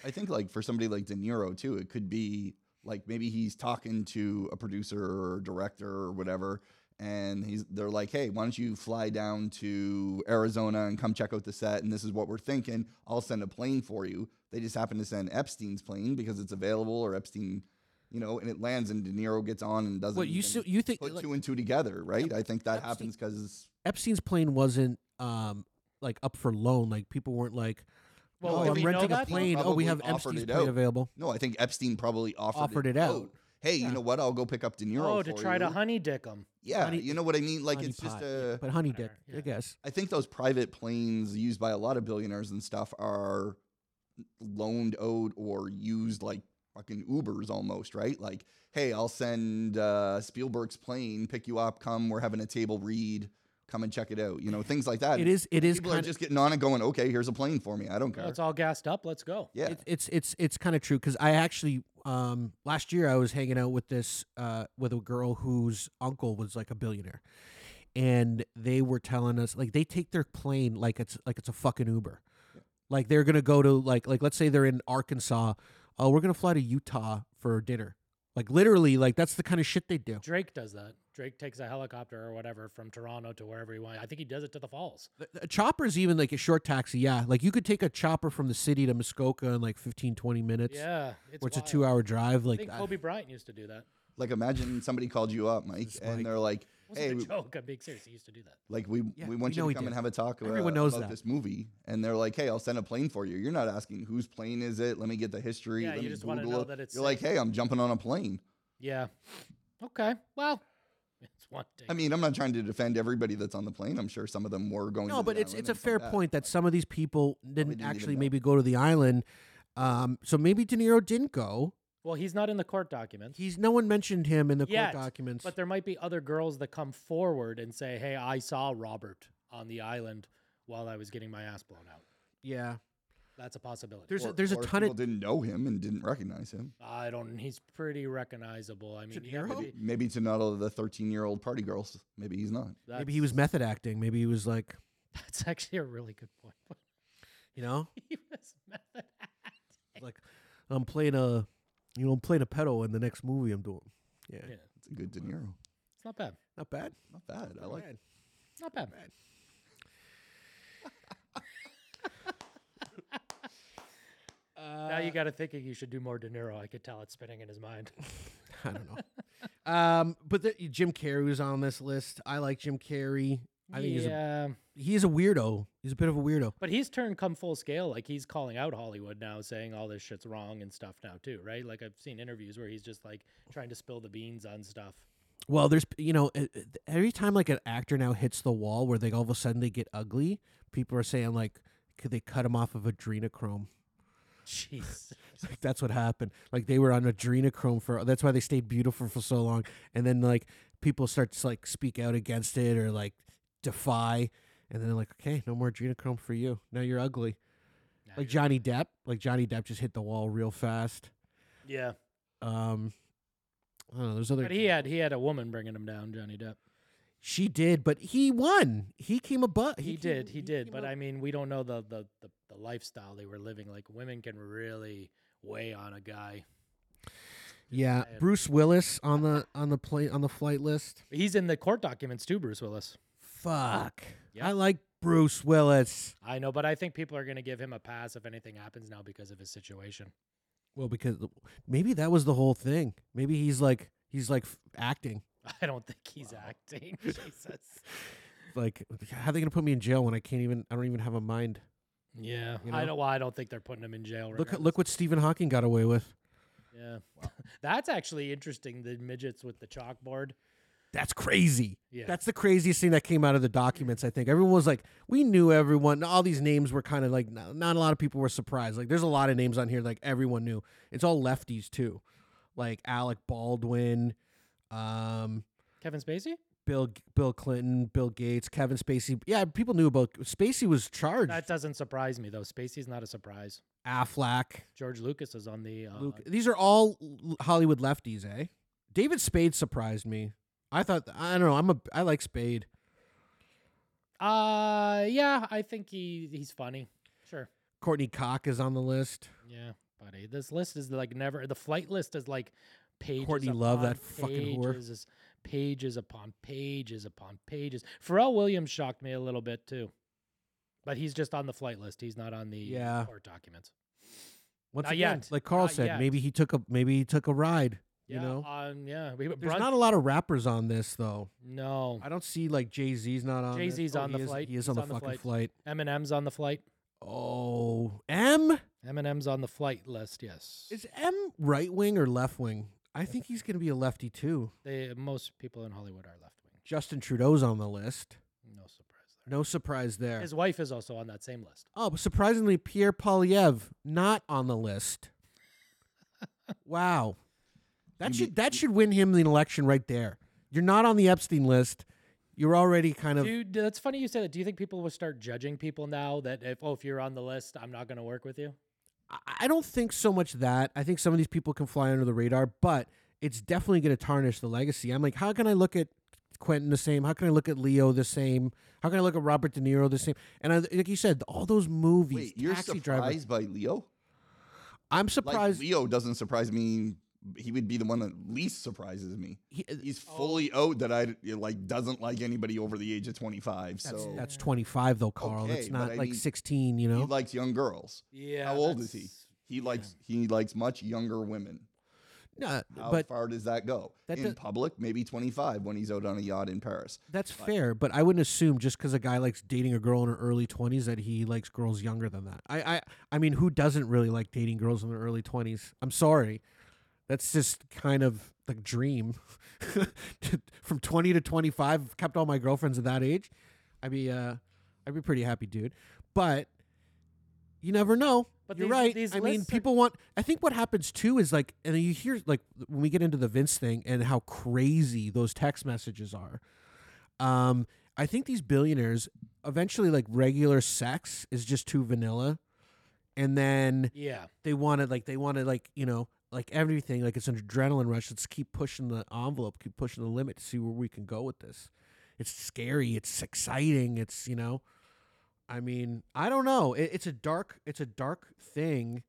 I think like for somebody like De Niro too, it could be like maybe he's talking to a producer or director or whatever, and he's they're like, hey, why don't you fly down to Arizona and come check out the set? And this is what we're thinking. I'll send a plane for you. They just happen to send Epstein's plane because it's available, or Epstein, you know, and it lands, and De Niro gets on and doesn't.
What you
even
s- you think
put
like-
two and two together, right? I think that
Epstein-
happens because
Epstein's plane wasn't um like up for loan. Like people weren't like,
Well,
"Oh,
did
I'm
we know
renting a
that, though?
plane. Oh, we
Probably
have
offered
Epstein's
it
plane
out.
available."
no, I think Epstein probably offered,
Offered it out.
Hey,
Yeah.
you know what? I'll go pick up De Niro.
Oh, to
for
try to
you."
honey dick them.
Yeah,
Honey-
you know what I mean. Like
Honey
it's just
pot, yeah.
a.
but honey dick,
whatever,
I
yeah.
guess.
I think those private planes used by a lot of billionaires and stuff are loaned, owed, or used like fucking Ubers almost, right? Like, hey, I'll send uh, Spielberg's plane, pick you up, come, we're having a table read, come and check it out. You know, things like that.
It is. It is
People are
kind of.
just getting on and going. Okay, here's a plane for me. I don't
Well,
care.
it's all gassed up. Let's go.
Yeah,
It, it's it's it's kind of true because I actually um last year I was hanging out with this uh with a girl whose uncle was like a billionaire, and they were telling us like they take their plane like it's like it's a fucking Uber, like they're gonna go to like like let's say they're in Arkansas, oh we're gonna fly to Utah for dinner. Like literally, like that's the kind of shit they do.
Drake does that. Drake takes a helicopter or whatever from Toronto to wherever he wants. I think he does it to the falls.
A chopper's even like a short taxi, yeah. Like you could take a chopper from the city to Muskoka in like 15, 20 minutes.
yeah, it's
Or it's a
wild.
two hour drive.
I
Like
think
I-
Kobe Bryant used to do that.
Like imagine somebody called you up, Mike,
This
and
Mike.
they're like,
It wasn't
"Hey,
a
we-
joke. I'm being serious. He used to do that.
like we
Yeah,
we
we
want
know
you
he
to come and
did.
have a talk uh,
Everyone knows
about
that.
this movie." And they're like, "Hey, I'll send a plane for you." You're not asking whose plane is it. Let me get the history.
Yeah,
let
you
me
just wanna
Google
know
it.
that it's
You're like,
safe.
"Hey, I'm jumping on a plane."
Yeah. Okay. Well, it's one thing.
I mean, I'm not trying to defend everybody that's on the plane. I'm sure some of them were going.
no,
to
but
the
it's
island
it's a
and stuff
fair
like that.
point that some of these people didn't,
didn't even
actually
know.
maybe go to the island. Um, so maybe De Niro didn't go.
well, he's not in the court documents.
He's no one mentioned him in the
Yet,
court documents.
But there might be other girls that come forward and say, "Hey, I saw Robert on the island while I was getting my ass blown out."
yeah,
That's a possibility.
there's a,
Or-
there's a
or
ton
people
of
didn't know him and didn't recognize him.
I don't. He's pretty recognizable. I mean,
De
you have to
Niro?
be-
Maybe to not all the 13 year old party girls. Maybe he's not.
maybe he was
that's-
method acting. Maybe he was like
That's actually a really good point.
you know
*laughs* he was method acting.
like I'm playing a you know I'm playing a pedo in the next movie I'm doing. Yeah,
Yeah.
It's a good De Niro.
It's not bad.
not bad.
Not bad. I like.
Bad.
Not bad. Uh,
Uh,
now you got to thinking you should do more De Niro. I could tell it's spinning in his mind.
*laughs* I don't know. um, but the, Jim Carrey was on this list. I like Jim Carrey. I think he's a
yeah,
he's a weirdo. He's a bit of a weirdo.
but he's turned come full scale. Like he's calling out Hollywood now, saying all this shit's wrong and stuff now too, right? Like I've seen interviews where he's just like trying to spill the beans on stuff. *laughs*
Well, there's you know e- e- every time like an actor now hits the wall where they all of a sudden they get ugly, people are saying like could they cut him off of adrenochrome? *laughs*
Jeez,
Like that's what happened. Like they were on adrenochrome for that's why they stayed beautiful for so long. And then like people start to like speak out against it or like defy and then they're like okay, no more adrenochrome for you. Now you're ugly.
Now
Like
you're-
Johnny Depp, like Johnny Depp just hit the wall real fast.
yeah,
Um I don't know, there's other
but he had he had a woman bringing him down, Johnny Depp.
She did, but he won. He came above.
He,
came-
did, he, did.
came
But
up-
I mean, we don't know the, the the the lifestyle they were living. Like women can really weigh on a guy.
yeah,
saying.
Bruce Willis on the on the play on the flight list.
He's in the court documents too, Bruce Willis.
Fuck,
Yeah.
I like Bruce Willis.
I know, but I think people are going to give him a pass if anything happens now because of his situation.
Well, because the- maybe that was the whole thing. Maybe he's like he's like f- acting.
*laughs* I don't think he's
*laughs*
acting. Jesus.
Like, how are they gonna put me in jail when I can't even? I don't even have a mind.
Yeah,
You
I
know?
don't. Well, I don't think they're putting him in jail.
Look,
regardless.
look what Stephen Hawking got away with.
Yeah, *laughs* that's actually interesting. The midgets with the chalkboard.
That's crazy.
Yeah.
That's the craziest thing that came out of the documents, I think. Everyone was like, we knew everyone. All these names were kind of like, not, not a lot of people were surprised. Like, there's a lot of names on here, like, everyone knew. It's all lefties, too. Like, Alec Baldwin, um,
Kevin Spacey.
Bill Bill Clinton, Bill Gates, Kevin Spacey. Yeah, people knew about Spacey was charged.
That doesn't surprise me though. Spacey's not a surprise.
Affleck.
George Lucas is on the. Uh,
Luke. These are all l- Hollywood lefties, eh? David Spade surprised me. I thought, I don't know. I'm a, I like Spade.
Uh, yeah, I think he he's funny. Sure.
Courtney Cock is on the list.
Yeah, buddy. This list is like never. The flight list is like pages.
Courtney Love,
upon
that fucking whore.
pages, Pages upon pages upon pages. Pharrell Williams shocked me a little bit too, but he's just on the flight list. He's not on the
Yeah.
court documents.
Once
Not
again,
yet.
like Carl
Not
said,
yet.
maybe he took a maybe he took a ride.
Yeah,
You know,
um, yeah. We,
there's
Brun-
not a lot of rappers on this though.
no.
I don't see like Jay Z's not on. this.
Jay-Z's
Oh,
on
he
the
is-
flight.
He is
He's
on the
on the
fucking flight.
Eminem's on the flight.
Oh, M
Eminem's on the flight list. Yes.
is M right wing or left wing? I think he's gonna be a lefty too.
they, most people in Hollywood are left wing.
Justin Trudeau's on the list.
No surprise there.
No surprise there.
His wife is also on that same list.
Oh, but surprisingly, Pierre Polyev not on
*laughs*
the list. wow, that
You
should
mean-
that should win him the election right there. You're not on the Epstein list. You're already kind of
Dude, that's funny you say that. Do you think people will start judging people now that if oh if you're on the list, I'm not going to work with you?
I- I don't think so much that. I think some of these people can fly under the radar, but it's definitely going to tarnish the legacy. I'm like, how can I look at Quentin the same? How can I look at Leo the same? How can I look at Robert De Niro the same? And I, like you said, all those movies,
Wait, you're
Taxi Driver.
surprised by Leo?
I'm
Like
surprised.
Leo doesn't surprise me he would be the one that least surprises me.
He-
He's fully owed that I like doesn't like anybody over the age of 25. so
That's 25 though, Carl.
Okay,
That's
but
not
I
like
mean,
16, you
he
know.
likes young girls.
Yeah.
How old is he?
that's-
He likes he likes much younger women.
No,
How
but
far does that go?
that
in
does-
public, maybe 25 when he's out on a yacht in Paris.
that's fair, but I wouldn't assume just cuz a guy likes dating a girl in her early 20s that he likes girls younger than that. I I I mean, who doesn't really like dating girls in their early 20s? I'm sorry. That's just kind of the dream. *laughs* From 20 to 25, I've kept all my girlfriends at that age. I'd be uh I'd be pretty happy, dude. But you never know.
But
you're
these-
right.
these
I mean,
lists are-
people want. I think what happens too is like, and you hear like when we get into the Vince thing and how crazy those text messages are. Um, I think these billionaires eventually like regular sex is just too vanilla, and then
Yeah.
they wanted like they wanted like you know like everything like it's an adrenaline rush let's keep pushing the envelope keep pushing the limit to see where we can go with this it's scary it's exciting it's you know i mean i don't know it, it's a dark it's a dark thing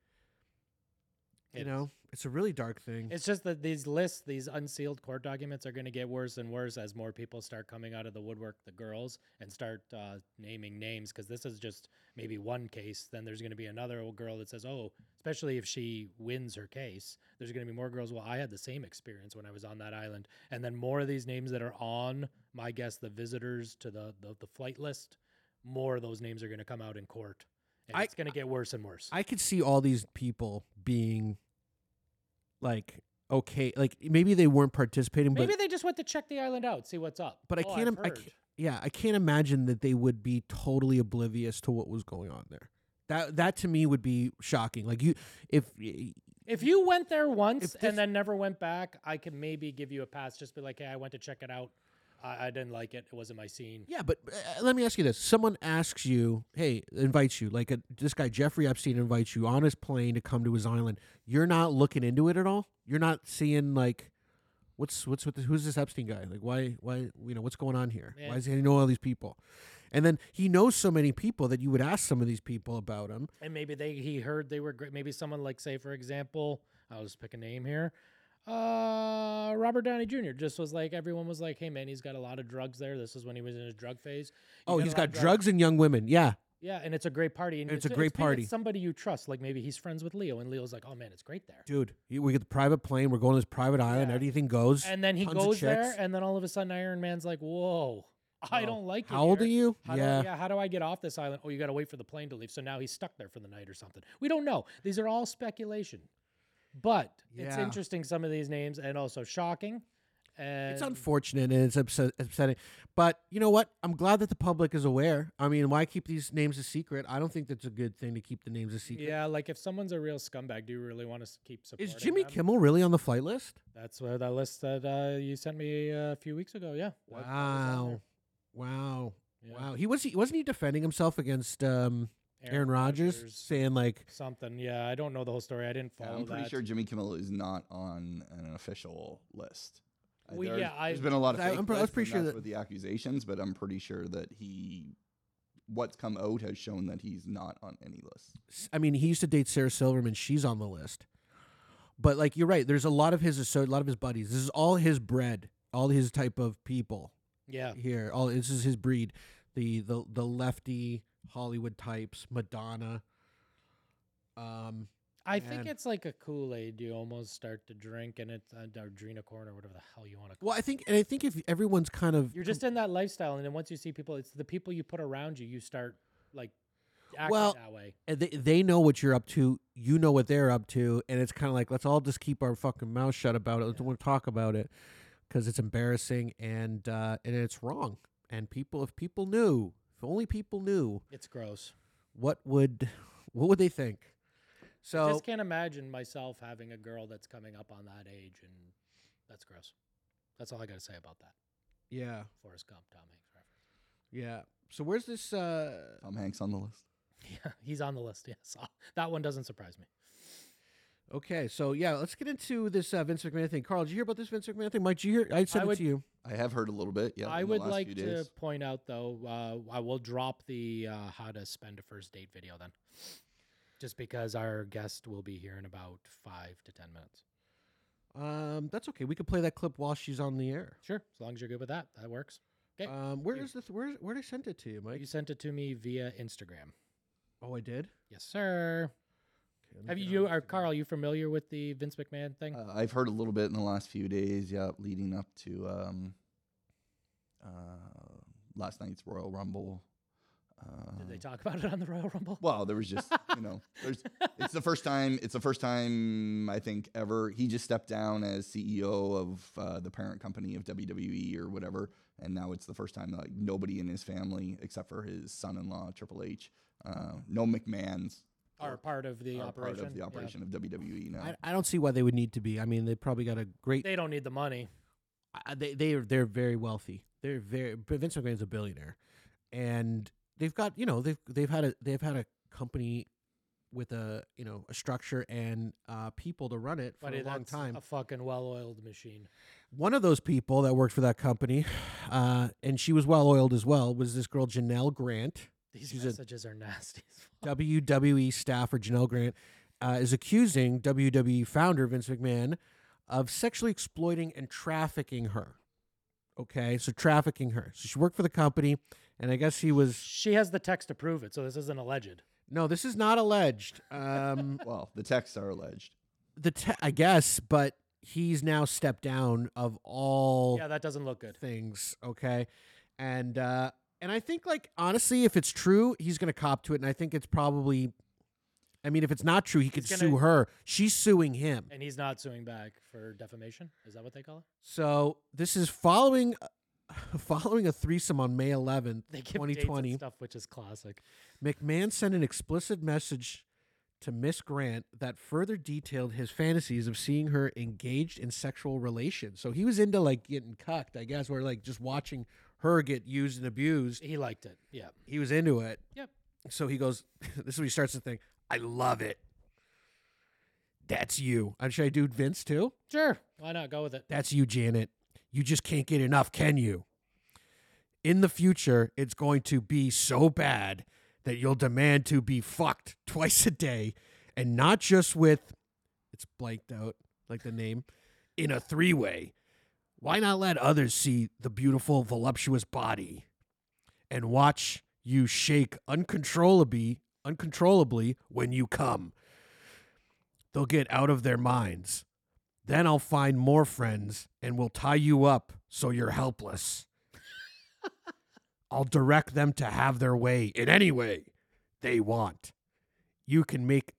you
It
know it's a really dark thing
It's just that these lists, these unsealed court documents, are going to get worse and worse as more people start coming out of the woodwork, the girls, and start uh, naming names. Because this is just maybe one case. Then there's going to be another old girl that says, "Oh," especially if she wins her case. There's going to be more girls. Well, I had the same experience when I was on that island, and then more of these names that are on my guess the visitors to the the, the flight list. More of those names are going to come out in court, and
I-
it's going to get worse and worse.
I could see all these people being like okay, like maybe they weren't participating,
Maybe
but
they just went to check the island out, see what's up.
but I
Oh,
can't,
I've
im- I
heard.
can't yeah, I can't imagine that they would be totally oblivious to what was going on there. That that to me would be shocking. Like you, if
If you went there once
this-
and then never went back, I could maybe give you a pass. Just be like, hey, I went to check it out. I, I didn't like it. It wasn't my scene.
yeah, but uh, let me ask you this: someone asks you, hey, invites you, like a, this guy Jeffrey Epstein invites you on his plane to come to his island. You're not looking into it at all. You're not seeing like. What's what's with this, who's this Epstein guy? Like why why you know what's going on here?
Yeah.
Why does he know all these people? And then he knows so many people that you would ask some of these people about him.
And maybe they he heard they were great. Maybe someone like say for example, I'll just pick a name here. Uh, Robert Downey Jr. just was like everyone was like, hey man, he's got a lot of drugs there. This is when he was in his drug phase. You
Oh,
a
he's
lot
got
of drugs.
drugs and young women. Yeah,
Yeah, and it's a great party. And
It's a great
people-
party.
somebody you trust, like maybe he's friends with Leo, and Leo's like, oh man, it's great there.
dude, you- we get the private plane. We're going to this private island.
Yeah.
Everything goes.
And then he
tons of
goes there,
chicks.
and then all of a sudden, Iron Man's like, "Whoa, I
Whoa.
don't like it."
How old are
here.
you?
How
Yeah.
Do I, yeah. How do I get off this island? Oh, you got to wait for the plane to leave. So now he's stuck there for the night or something. We don't know. These are all speculation, but it's
Yeah.
interesting some of these names and also shocking. And
It's unfortunate and it's upset, upsetting. But you know what? I'm glad that the public is aware. I mean, why keep these names a secret? I don't think that's a good thing to keep the names a secret.
Yeah, like if someone's a real scumbag, do you really want to keep supporting?
Is Jimmy
them?
Kimmel really on the flight list?
That's where that list that uh, you sent me a few weeks ago. Yeah. that- that was on there.
Wow. Wow.
Yeah.
Wow. He was he wasn't he defending himself against um Aaron Rodgers saying like
Something, yeah. I don't know the whole story. I didn't
Yeah,
follow
I'm pretty
that.
sure Jimmy Kimmel is not on an official list. Uh,
Well,
there's-
yeah, I-
there's been a lot of.
I-
fake
I'm pre- I was
lists,
pretty
and
sure
that's
that-
with the accusations, but I'm pretty sure that he, what's come out has shown that he's not on any list.
S- I mean, he used to date Sarah Silverman. She's on the list. But like you're right, there's a lot of his asso- a lot of his buddies. This is all his bread, all his type of people
Yeah.
here. All this is his breed, the the the lefty Hollywood types, Madonna. Um,
I think
Man.
it's like a Kool Aid. You almost start to drink, and it's uh, adrenochrome or whatever the hell you want to. call
well, I think and I think if everyone's kind of
it. You're just in that lifestyle, and then once you see people, it's the people you put around you. You start like acting
Well,
that way.
and they, they know what you're up to, you know what they're up to, and it's kind of like let's all just keep our fucking mouth shut about it. Let's not talk about it because it's embarrassing and uh, and it's wrong. And people, if people knew, if only people knew,
It's gross.
what would what would they think? So
I just can't imagine myself having a girl that's coming up on that age, and that's gross. That's all I got to say about that.
yeah,
Forrest Gump, Tom Hanks reference.
yeah. So where's this? Uh,
Tom Hanks on the list.
*laughs* Yeah, he's on the list. Yes, *laughs* that one doesn't surprise me.
okay, so yeah, let's get into this uh, Vince McMahon thing. Carl, did you hear about this Vince McMahon thing? Mike, did you hear? I sent it
would-
to you.
I have heard a little bit. Yeah,
I
in the
would
last
like
few
to
days.
point out though, uh, I will drop the uh, how to spend a first date video then, just because our guest will be here in about five to ten minutes.
Um, that's okay. We could play that clip while she's on the air.
Sure, as long as you're good with that, that works. Okay.
Uh,
Um, where
Here.
is this? Where where did I send it to you, Mike?
You sent it to me via Instagram.
Oh, I did.
Yes, sir.
Okay, let me
Have
get
you, you
on Instagram.
or Carl? You familiar with the Vince McMahon thing?
Uh, I've heard a little bit in the last few days, yeah, leading up to um, uh, last night's Royal Rumble. Uh,
Did they talk about it on the Royal Rumble?
Well, there was just
*laughs*
you know, there's it's the first time it's the first time I think ever he just stepped down as CEO of uh, the parent company of WWE or whatever, and now it's the first time that like nobody in his family except for his son-in-law Triple H, uh, no McMahon's
are part of the
are
operation.
part of the
Yeah.
operation of WWE now.
I, I don't see why they would need to be. I mean, they probably got a great.
They don't need the money.
I- They they are they're very wealthy. They're very. but Vince McMahon's a billionaire, and they've got you know they've they've had a they've had a company with a you know a structure and uh, people to run it for
Buddy,
a long
that's
time.
A fucking well-oiled machine.
one of those people that worked for that company, *sighs* uh, and she was well oiled as well, was this girl Janelle Grant,
These
She's a-
messages are nasty. as fuck.
WWE staffer Janelle E Grant, uh, is accusing WWE founder Vince McMahon of sexually exploiting and trafficking her. Okay, so trafficking her. So she worked for the company, and I guess he was.
She has the text to prove it, so this isn't alleged.
No, this is not alleged. Um,
well, the texts are alleged.
the te- I guess, but he's now stepped down of all.
Yeah, that doesn't look good.
things okay and uh and i think like honestly if it's true he's gonna cop to it and i think it's probably i mean if it's not true he could
He's gonna-
sue her she's suing him
And he's not suing back for defamation. Is that what they call it? *laughs*
so this is following *laughs* following a threesome on may 11th
They give dates and
2020
stuff, which is classic.
mcmahon sent an explicit message to miss grant that further detailed his fantasies of seeing her engaged in sexual relations so he was into like getting cucked i guess or like just watching her get used and abused
He liked it. Yeah.
he was into it.
Yep.
So he goes, *laughs* this is when he starts the thing. I love it. That's you. And should I do Vince too?
Sure. Why not go with it?
That's you, Janet. You just can't get enough, can you? In the future, it's going to be so bad that you'll demand to be fucked *laughs* twice a day and not just with, it's blanked out, like the name, in a three way. Why not let others see the beautiful, voluptuous body and watch you shake uncontrollably, uncontrollably when you come? They'll get out of their minds. Then I'll find more friends and we'll tie you up so you're helpless. I'll direct them to have their way in any way they want. You can make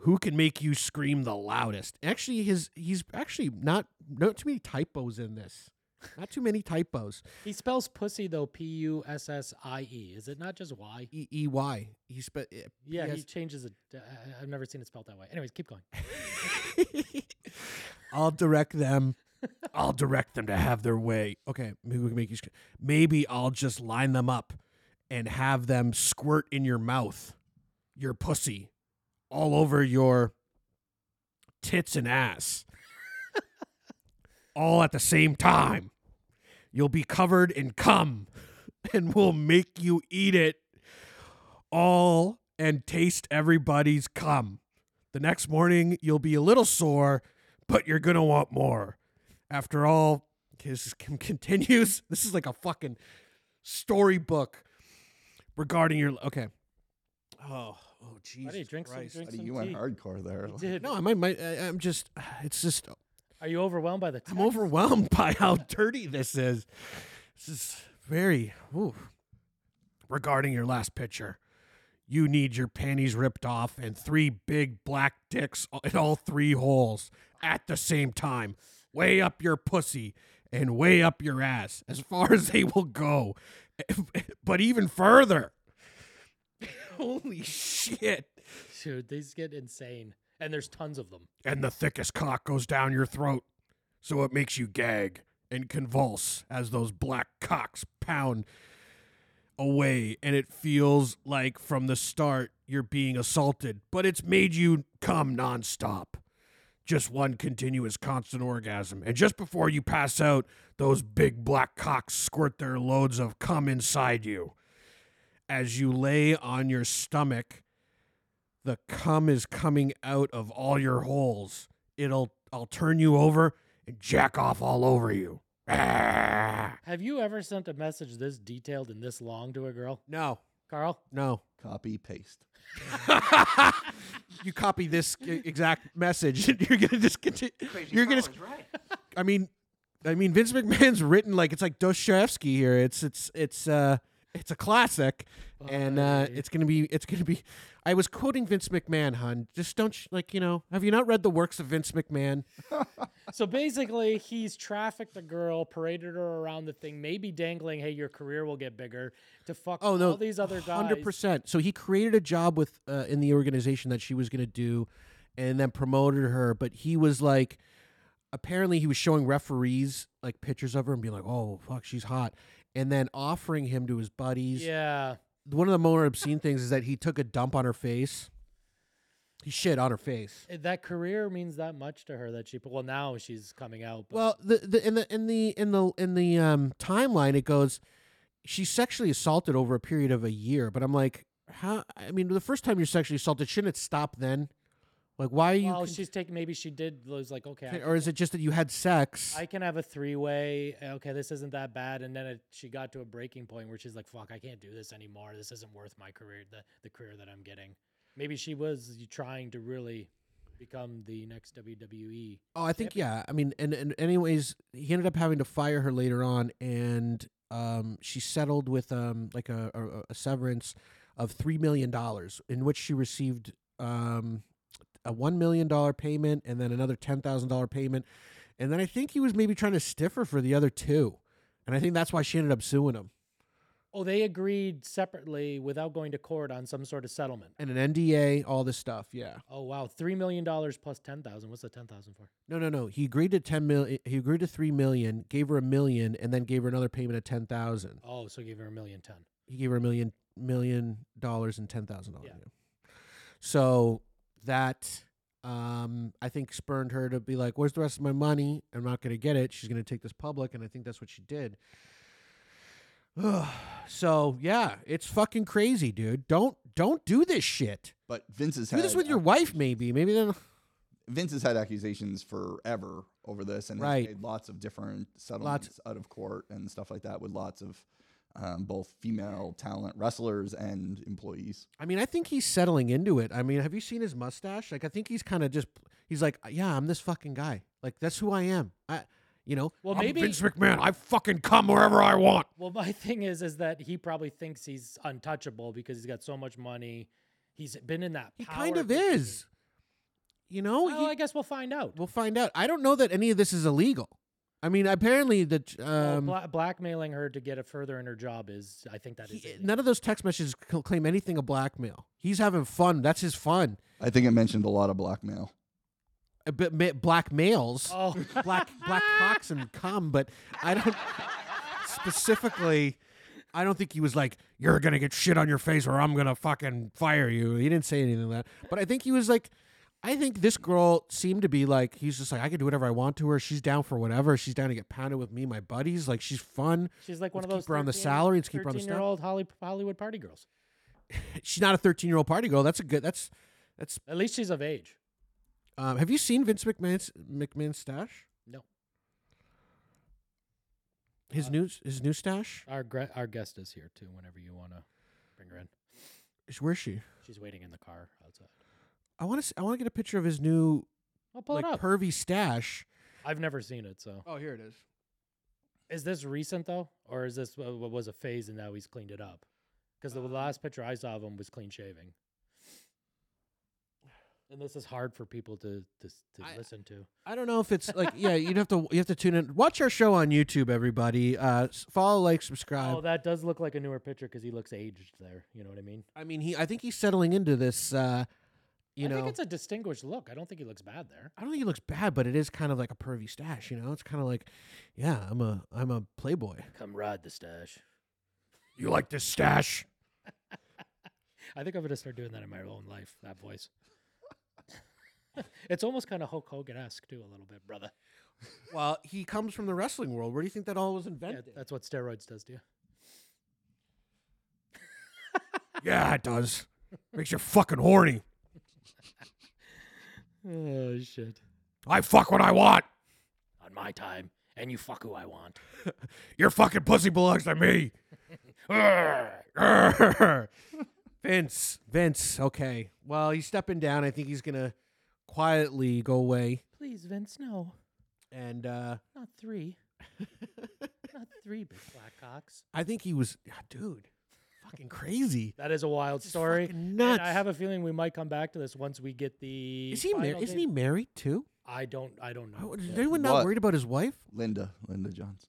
who can make you scream the loudest. Actually, his he's actually not not too many typos in this. Not too many typos.
He spells pussy though P U S S I E. Is it not just Y?
E E Y. He spe-
Yeah, he
Yes.
changes it. uh, I- I've never seen it spelled that way. Anyways, keep going.
*laughs* I'll direct them. I'll direct them to have their way. Okay, maybe we can make you. sc- Maybe I'll just line them up and have them squirt in your mouth, your pussy, all over your tits and ass, *laughs* all at the same time. You'll be covered in cum, *laughs* and we'll make you eat it all and taste everybody's cum. The next morning, you'll be a little sore, but you're going to want more. After all, his con- *laughs* continues. This is like a fucking storybook regarding your. Okay. Oh, oh,
Why
Jesus.
do you drink some,
Christ.
drink
Buddy,
some
you went
tea?
hardcore there.
You did.
No, I might, might I, I'm just. *sighs* It's just.
Are you overwhelmed by the?
I'm
text?
overwhelmed *laughs* by how dirty this is. This is very. Ooh. Regarding your last picture, you need your panties ripped off and three big black dicks in all three holes at the same time, way up your pussy and way up your ass, as far *laughs* as they will go, *laughs* but even further. *laughs* Holy shit.
Dude, these get insane, and there's tons of them.
and the thickest cock goes down your throat, so it makes you gag and convulse as those black cocks pound away, and it feels like from the start you're being assaulted, but it's made you come nonstop. Just one continuous constant orgasm. And just before you pass out, those big black cocks squirt their loads of cum inside you. As you lay on your stomach, the cum is coming out of all your holes. It'll I'll turn you over and jack off all over you. *laughs* Ah.
Have you ever sent a message this detailed and this long to a girl,
No,
Carl?
no.
Copy, paste.
you copy this e- exact message, and *laughs* you're gonna just continue. you're gonna. I mean, I mean, Vince McMahon's written like it's like Dostoevsky here. It's it's it's uh it's a classic, and uh,
Buddy.
it's gonna be it's gonna be. I was quoting Vince McMahon, hun. Just don't sh- like you know. Have you not read the works of Vince McMahon?
So basically, he's trafficked a girl, paraded her around the thing, maybe dangling, "Hey, your career will get bigger." To fuck
Oh no,
all these other guys.
Hundred percent. So he created a job with uh, in the organization that she was going to do, and then promoted her. But he was like, apparently he was showing referees like pictures of her and being like, "Oh fuck, she's hot," and then offering him to his buddies.
Yeah.
One of the more obscene things is that he took a dump on her face. He shit on her face.
That career means that much to her that she. Well, now she's coming out. But
Well, the, the in the in the in the in the um, timeline, it goes. She's sexually assaulted over a period of a year, but I'm like, how? I mean, the first time you're sexually assaulted, shouldn't it stop then? Like, why are you?
well,
con-
she's taking. Maybe she did. Was like, okay, I
can-
can-
or is it just that you had sex?
I can have a three way. Okay, this isn't that bad. And then it, she got to a breaking point where she's like, "Fuck, I can't do this anymore. This isn't worth my career. The the career that I'm getting." Maybe she was trying to really become the next E WWE.
oh, I think yeah. I mean, and and anyways, he ended up having to fire her later on, and um, she settled with um like a a, a severance of three million dollars, in which she received um a one million dollar payment and then another ten thousand dollar payment, and then I think he was maybe trying to stiff her for the other two, and I think that's why she ended up suing him.
Oh, they agreed separately without going to court on some sort of settlement.
And an NDA, all this stuff, yeah.
Oh wow, three million dollars plus ten thousand. What's the ten thousand for?
No, no, no. He agreed to ten mil. He agreed to three million. Gave her a million, and then gave her another payment of ten thousand.
Oh, so give her a million ten.
He gave her a million million dollars and ten thousand dollars.
Yeah.
yeah. So that um, I think spurned her to be like, "Where's the rest of my money? I'm not going to get it. She's going to take this public," and I think that's what she did. *sighs* so yeah, it's fucking crazy, dude. Don't don't do this shit.
But Vince has
Do this
had
with your
ac-
wife, maybe. Maybe then.
Vince has had accusations forever over this, and has
Right.
made lots of different settlements out of court and stuff like that with lots of um, both female talent wrestlers and employees.
I mean, I think he's settling into it. I mean, have you seen his mustache? Like, I think he's kind of just, he's like, yeah, I'm this fucking guy. Like, that's who I am. I, you know,
Well,
I'm
maybe-
Vince McMahon. I fucking come wherever I want.
Well, my *laughs* thing is, is that he probably thinks he's untouchable because he's got so much money. He's been in that.
He
power
kind of
position.
is. You know,
Well,
He-
I guess we'll find out.
we'll find out. I don't know that any of this is illegal. I mean, apparently the
Well,
um,
bla- blackmailing her to get a further in her job is, I think that is.
he-
illegal.
none of those text messages cl- claim anything of blackmail. He's having fun. That's his fun.
I think it mentioned a lot of blackmail.
Uh, But ma- blackmails.
Oh,
*laughs* black black cocks and cum, but I don't specifically. I don't think he was like, "You're gonna get shit on your face, or I'm gonna fucking fire you." He didn't say anything like that, but I think he was like, I think this girl seemed to be like, he's just like, I can do whatever I want to her. She's down for whatever. She's down to get pounded with me, and my buddies. Like she's fun.
*laughs* she's like one
Let's
of those.
keep her on the salary, let's keep her on the
year old Holly, Hollywood party girls.
She's not a 13 year old party girl. That's a good. That's that's.
At least she's of age.
Um, have you seen Vince McMahon's McMahon's stash?
No, Uh,
His new his new stash.
our gre- our guest is here too. Whenever you want to bring her in,
Where's she?
she's waiting in the car outside.
I want to. I want to get a picture of his new
I'll pull
like
it up.
pervy stash.
I've never seen it, so
Oh, here it is.
is this recent though, or is this what what was a phase and now he's cleaned it up? Because the last picture I saw of him was clean shaving, and this is hard for people to to, s- to
I-
listen to.
I don't know if it's like yeah, you'd have to you have to tune in. Watch our show on YouTube, everybody. Uh, s- follow, like, subscribe.
Oh, that does look like a newer picture because he looks aged there. You know what I mean?
I mean, he. I think he's settling into this. Uh, you
I
know,
think it's a distinguished look. I don't think he looks bad there.
I don't think he looks bad, but it is kind of like a pervy stash. You know, it's kind of like, yeah, I'm a I'm a playboy.
Come ride the stash.
You like this stash?
I think I'm gonna start doing that in my own life. That voice. *laughs* it's almost kind of Hulk Hogan esque too, a little bit, brother.
Well, he comes from the wrestling world. Where do you think that all was
Yeah,
invented?
that's what steroids does to you.
yeah it does. Makes you fucking horny.
Oh shit!
Oh, I fuck what I want.
on my time, and you fuck who I want.
Your fucking pussy belongs to me. *laughs* Vince, Vince. Okay. Well, he's stepping down. I think he's gonna quietly go away.
Please, Vince, no,
And uh,
not three, *laughs* not three big black cocks.
I think he was, yeah, dude, fucking crazy.
That is a wild
This is
story.
fucking
and
nuts.
I have a feeling we might come back to this once we get the.
Is he? Mar-
final
isn't
date.
he married too?
I don't. I don't
Oh,
know.
Is
Yeah.
anyone not
What?
worried about his wife?
Linda, Linda Johnson,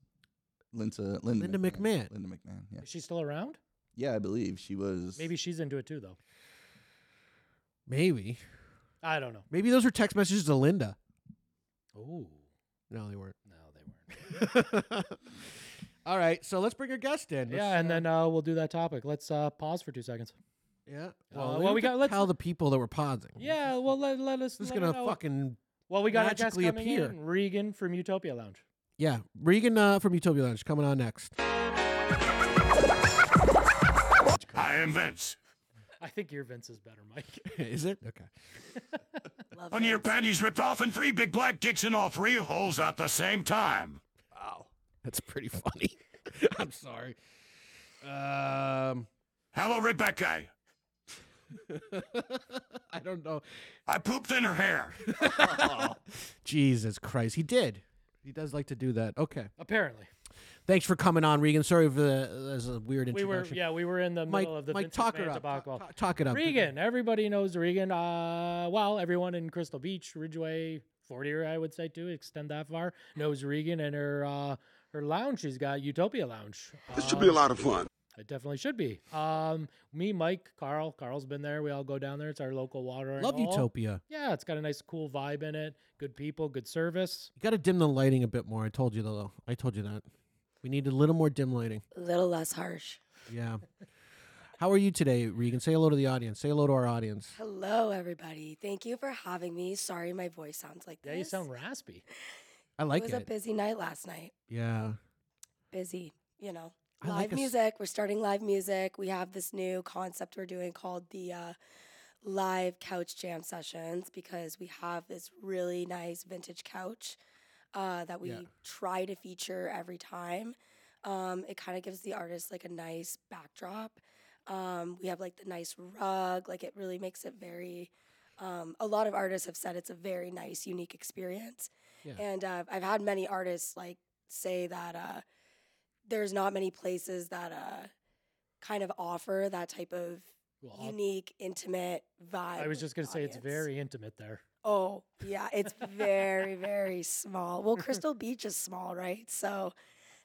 Linda, Linda,
Linda McMahon.
Linda McMahon. Yeah,
Is she still around?
yeah, I believe she was.
Maybe she's into it too, though.
Maybe.
I don't know.
Maybe those were text messages to Linda.
Oh
No, they weren't.
no, they weren't.
*laughs* All right, so let's bring our guest in. Let's,
yeah, and
uh,
then uh, we'll do that topic. Let's uh, pause for two seconds.
yeah.
uh,
Well,
well,
we
we
got
got- let's-
tell the people that were pausing.
Yeah, well, let, let us.
This is
let
gonna
her know.
fucking
Well, we got a guest
magically
coming
appear.
in, Regan from Utopia Lounge.
yeah. Regan uh, from Utopia Lounge coming on
*laughs*
next.
I am Vince.
I think your Vince is better, Mike. *laughs*
is it okay?
One of your panties ripped off and three big black dicks in all three holes at the same time.
Wow, that's *laughs* pretty funny. I'm sorry. Um, *laughs*
Hello, Rebecca.
I don't know.
I pooped in her hair.
Jesus Christ, he did. He does like to do that. Okay.
Apparently,
Thanks for coming on, Regan. Sorry for the that was a weird
we were.
introduction.
Yeah, we were in the
Mike,
middle of the
Mike,
Vince
talk
McMahon
her up.
debacle.
Talk, talk it up.
Regan, everybody knows Regan. Uh, well, everyone in Crystal Beach, Ridgeway, Fortier, I would say too. Extend that far. Knows Regan and her uh, her lounge. She's got Utopia Lounge. Um,
This should be a lot of fun.
It definitely should be. Um, me, Mike, Carl. Carl's been there. We all go down there. It's our local water. and
Love
all.
Utopia.
Yeah, it's got a nice, cool vibe in it. Good people, good service.
You got to dim the lighting a bit more. I told you though. I told you that. We need a little more dim lighting.
A little less harsh.
Yeah. How are you today, Regan? Say hello to the audience. Say hello to our audience.
Hello, everybody. Thank you for having me. Sorry, my voice sounds like
Yeah,
this.
you sound raspy.
I like
it was
it.
a busy night last night.
yeah.
Busy, you know.
I
live
like a s-
music. We're starting live music. We have this new concept we're doing called the uh, live couch jam sessions because we have this really nice vintage couch uh, that we
Yeah.
try to feature every time. Um, it kind of gives the artist like a nice backdrop. Um, we have like the nice rug. Like it really makes it very. Um, a lot of artists have said it's a very nice, unique experience.
Yeah.
And uh, I've had many artists like say that uh, there's not many places that uh, kind of offer that type of
Well, I'll-
unique, intimate vibe.
I was
with
just
the
gonna say it's
audience.
very intimate there.
Oh, yeah, it's very, very small. Well, Crystal Beach is small, right? So,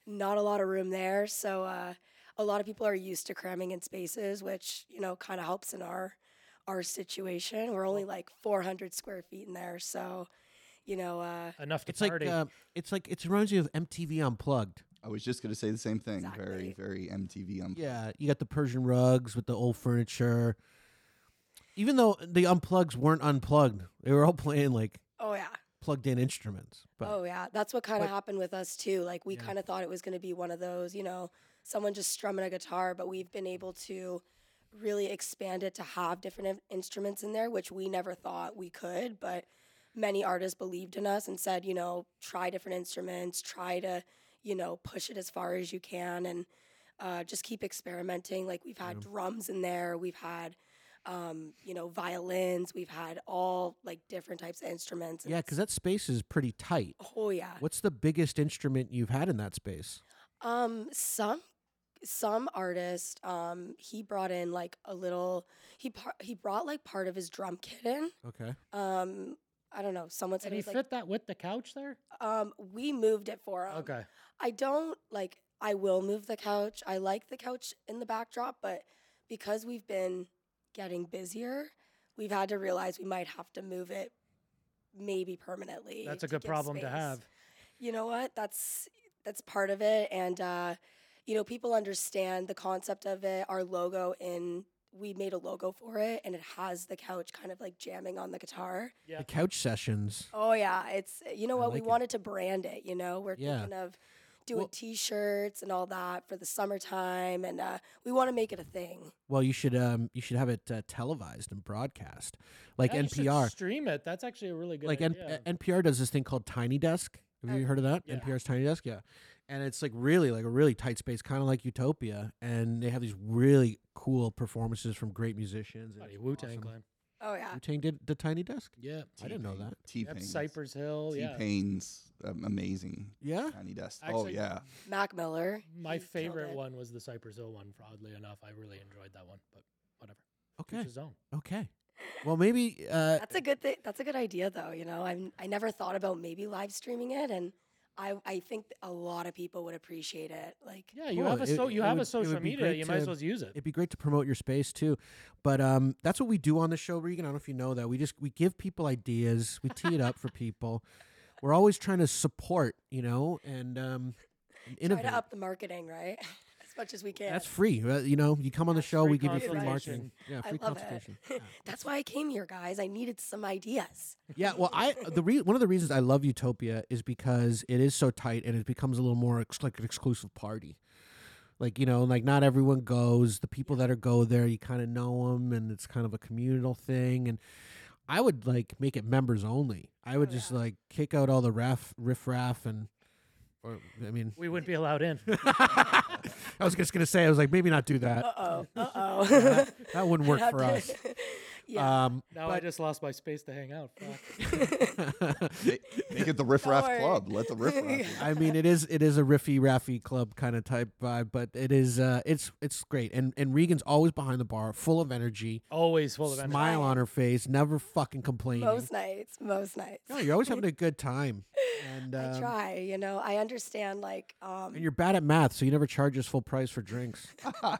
not a lot of room there. So, uh, a lot of people are used to cramming in spaces, which you know kind of helps in our our situation. We're only like 400 square feet in there, so you know, uh,
Enough to
It's like
party.
uh, it's like it reminds you of MTV Unplugged.
I was just gonna say the same thing.
Exactly.
Very, very MTV. Um,
Yeah, you got the Persian rugs with the old furniture. Even though the unplugs weren't unplugged, they were all playing like
oh yeah,
plugged in instruments. But
oh yeah, that's what kind
but-
of happened with us too. Like we
Yeah.
kind of thought it was going to be one of those, you know, someone just strumming a guitar, but we've been able to really expand it to have different in- instruments in there, which we never thought we could. But many artists believed in us and said, you know, try different instruments, try to, you know, push it as far as you can, and uh, just keep experimenting. Like we've had
Yeah.
drums in there, we've had. Um, you know, violins. We've had all like different types of instruments. and
yeah,
it's-
because that space is pretty tight.
oh yeah,
What's the biggest instrument you've had in that space?
Um, some some artist, um, he brought in like a little. He par- he brought like part of his drum kit in.
Okay.
Um, I don't know. Someone said
and he
it was
fit
like,
that with the couch there.
um, we moved it for him.
okay.
I don't like. I will move the couch. I like the couch in the backdrop, but because we've been getting busier, we've had to realize we might have to move it, maybe permanently.
That's a
to
good
give
problem to
space
have.
you know what that's that's part of it and uh you know people understand the concept of it our logo in we made a logo for it and it has the couch kind of like jamming on the guitar
Yeah.
The couch sessions.
oh yeah it's you know
I
what we
like it.
wanted to brand it you know we're
Yeah.
thinking of doing
Well-
t-shirts and all that for the summertime and uh we want to make it a thing
Well, you should um you should have it uh, televised and broadcast, like
Yeah, you should
NPR.
Stream it. Oh, That's actually a really good
Like N-
idea.
NPR does this thing called Tiny Desk, Have you heard of that? NPR's Tiny Desk, yeah. And it's like really like a really tight space, kind of like Utopia, and they have these really cool performances from great musicians. and it's
Wu Tang
awesome.
Clan.
Oh yeah.
Wu-Tang did the Tiny Desk.
Yeah.
I didn't know that.
T
Yep,
Pain.
Cypress Hill.
T
Yeah.
Pain's um, amazing.
Yeah?
Tiny Desk. oh
Actually, *laughs*
yeah.
Mac Miller.
My
he killed
favorite
it.
one was the Cypress Hill one. For oddly enough, I really enjoyed that one. But whatever. Each
Okay.
his own.
Okay. Well, maybe uh,
That's a good thing. That's a good idea, though. You know, I I never thought about maybe live streaming it, and I I think a lot of people would appreciate it. Like,
Yeah, you
Cool.
have a
It-
so you
it
have
would-
a
it
social
would be
media.
great
You might as
to-
well use it.
it'd be great to promote your space too. But um, that's what we do on the show, Regan. I don't know if you know that. We just we give people ideas. We tee it up
*laughs*
for people. We're always trying to support, you know, and um, and
try
innovate.
to up the marketing, right? *laughs* as much as we can.
That's free. Uh, You know, you come on the show,
free
we give you free
consultation.
marketing. Yeah, free
I love *laughs*
consultation.
it. that's why I came here, guys. I needed some ideas.
Yeah, well, I the re- one of the reasons I love Utopia is because it is so tight and it becomes a little more ex- like an exclusive party. Like you know, like not everyone goes. The people that are go there, you kind of know them, and it's kind of a communal thing. And I would like make it members only. I would just like kick out all the raff riff raff and. Or, I mean,
We
*laughs*
wouldn't be allowed in.
I was just gonna say, I was like, maybe not do that.
*laughs* Uh oh. Uh oh.
*laughs* that, that wouldn't work for us.
*laughs* yeah.
Um,
Now I
but
just lost my space to hang out.
*laughs*
Fuck.
Make, make it the Riff Raff
worry.
Club. Let the
*laughs*
Riff Raff. in.
I mean, it is it is a riffy raffy club kind of type vibe, but it is uh, it's it's great. And and Regan's always behind the bar, full of energy,
Always full of energy.
smile on her face, never fucking complaining.
most nights. Most nights.
No, you're always
*laughs*
having a good time, and
I
um,
try. You know, I understand. Like, um, *laughs*
and you're bad at math, so you never charge us full price for drinks.
Whoa,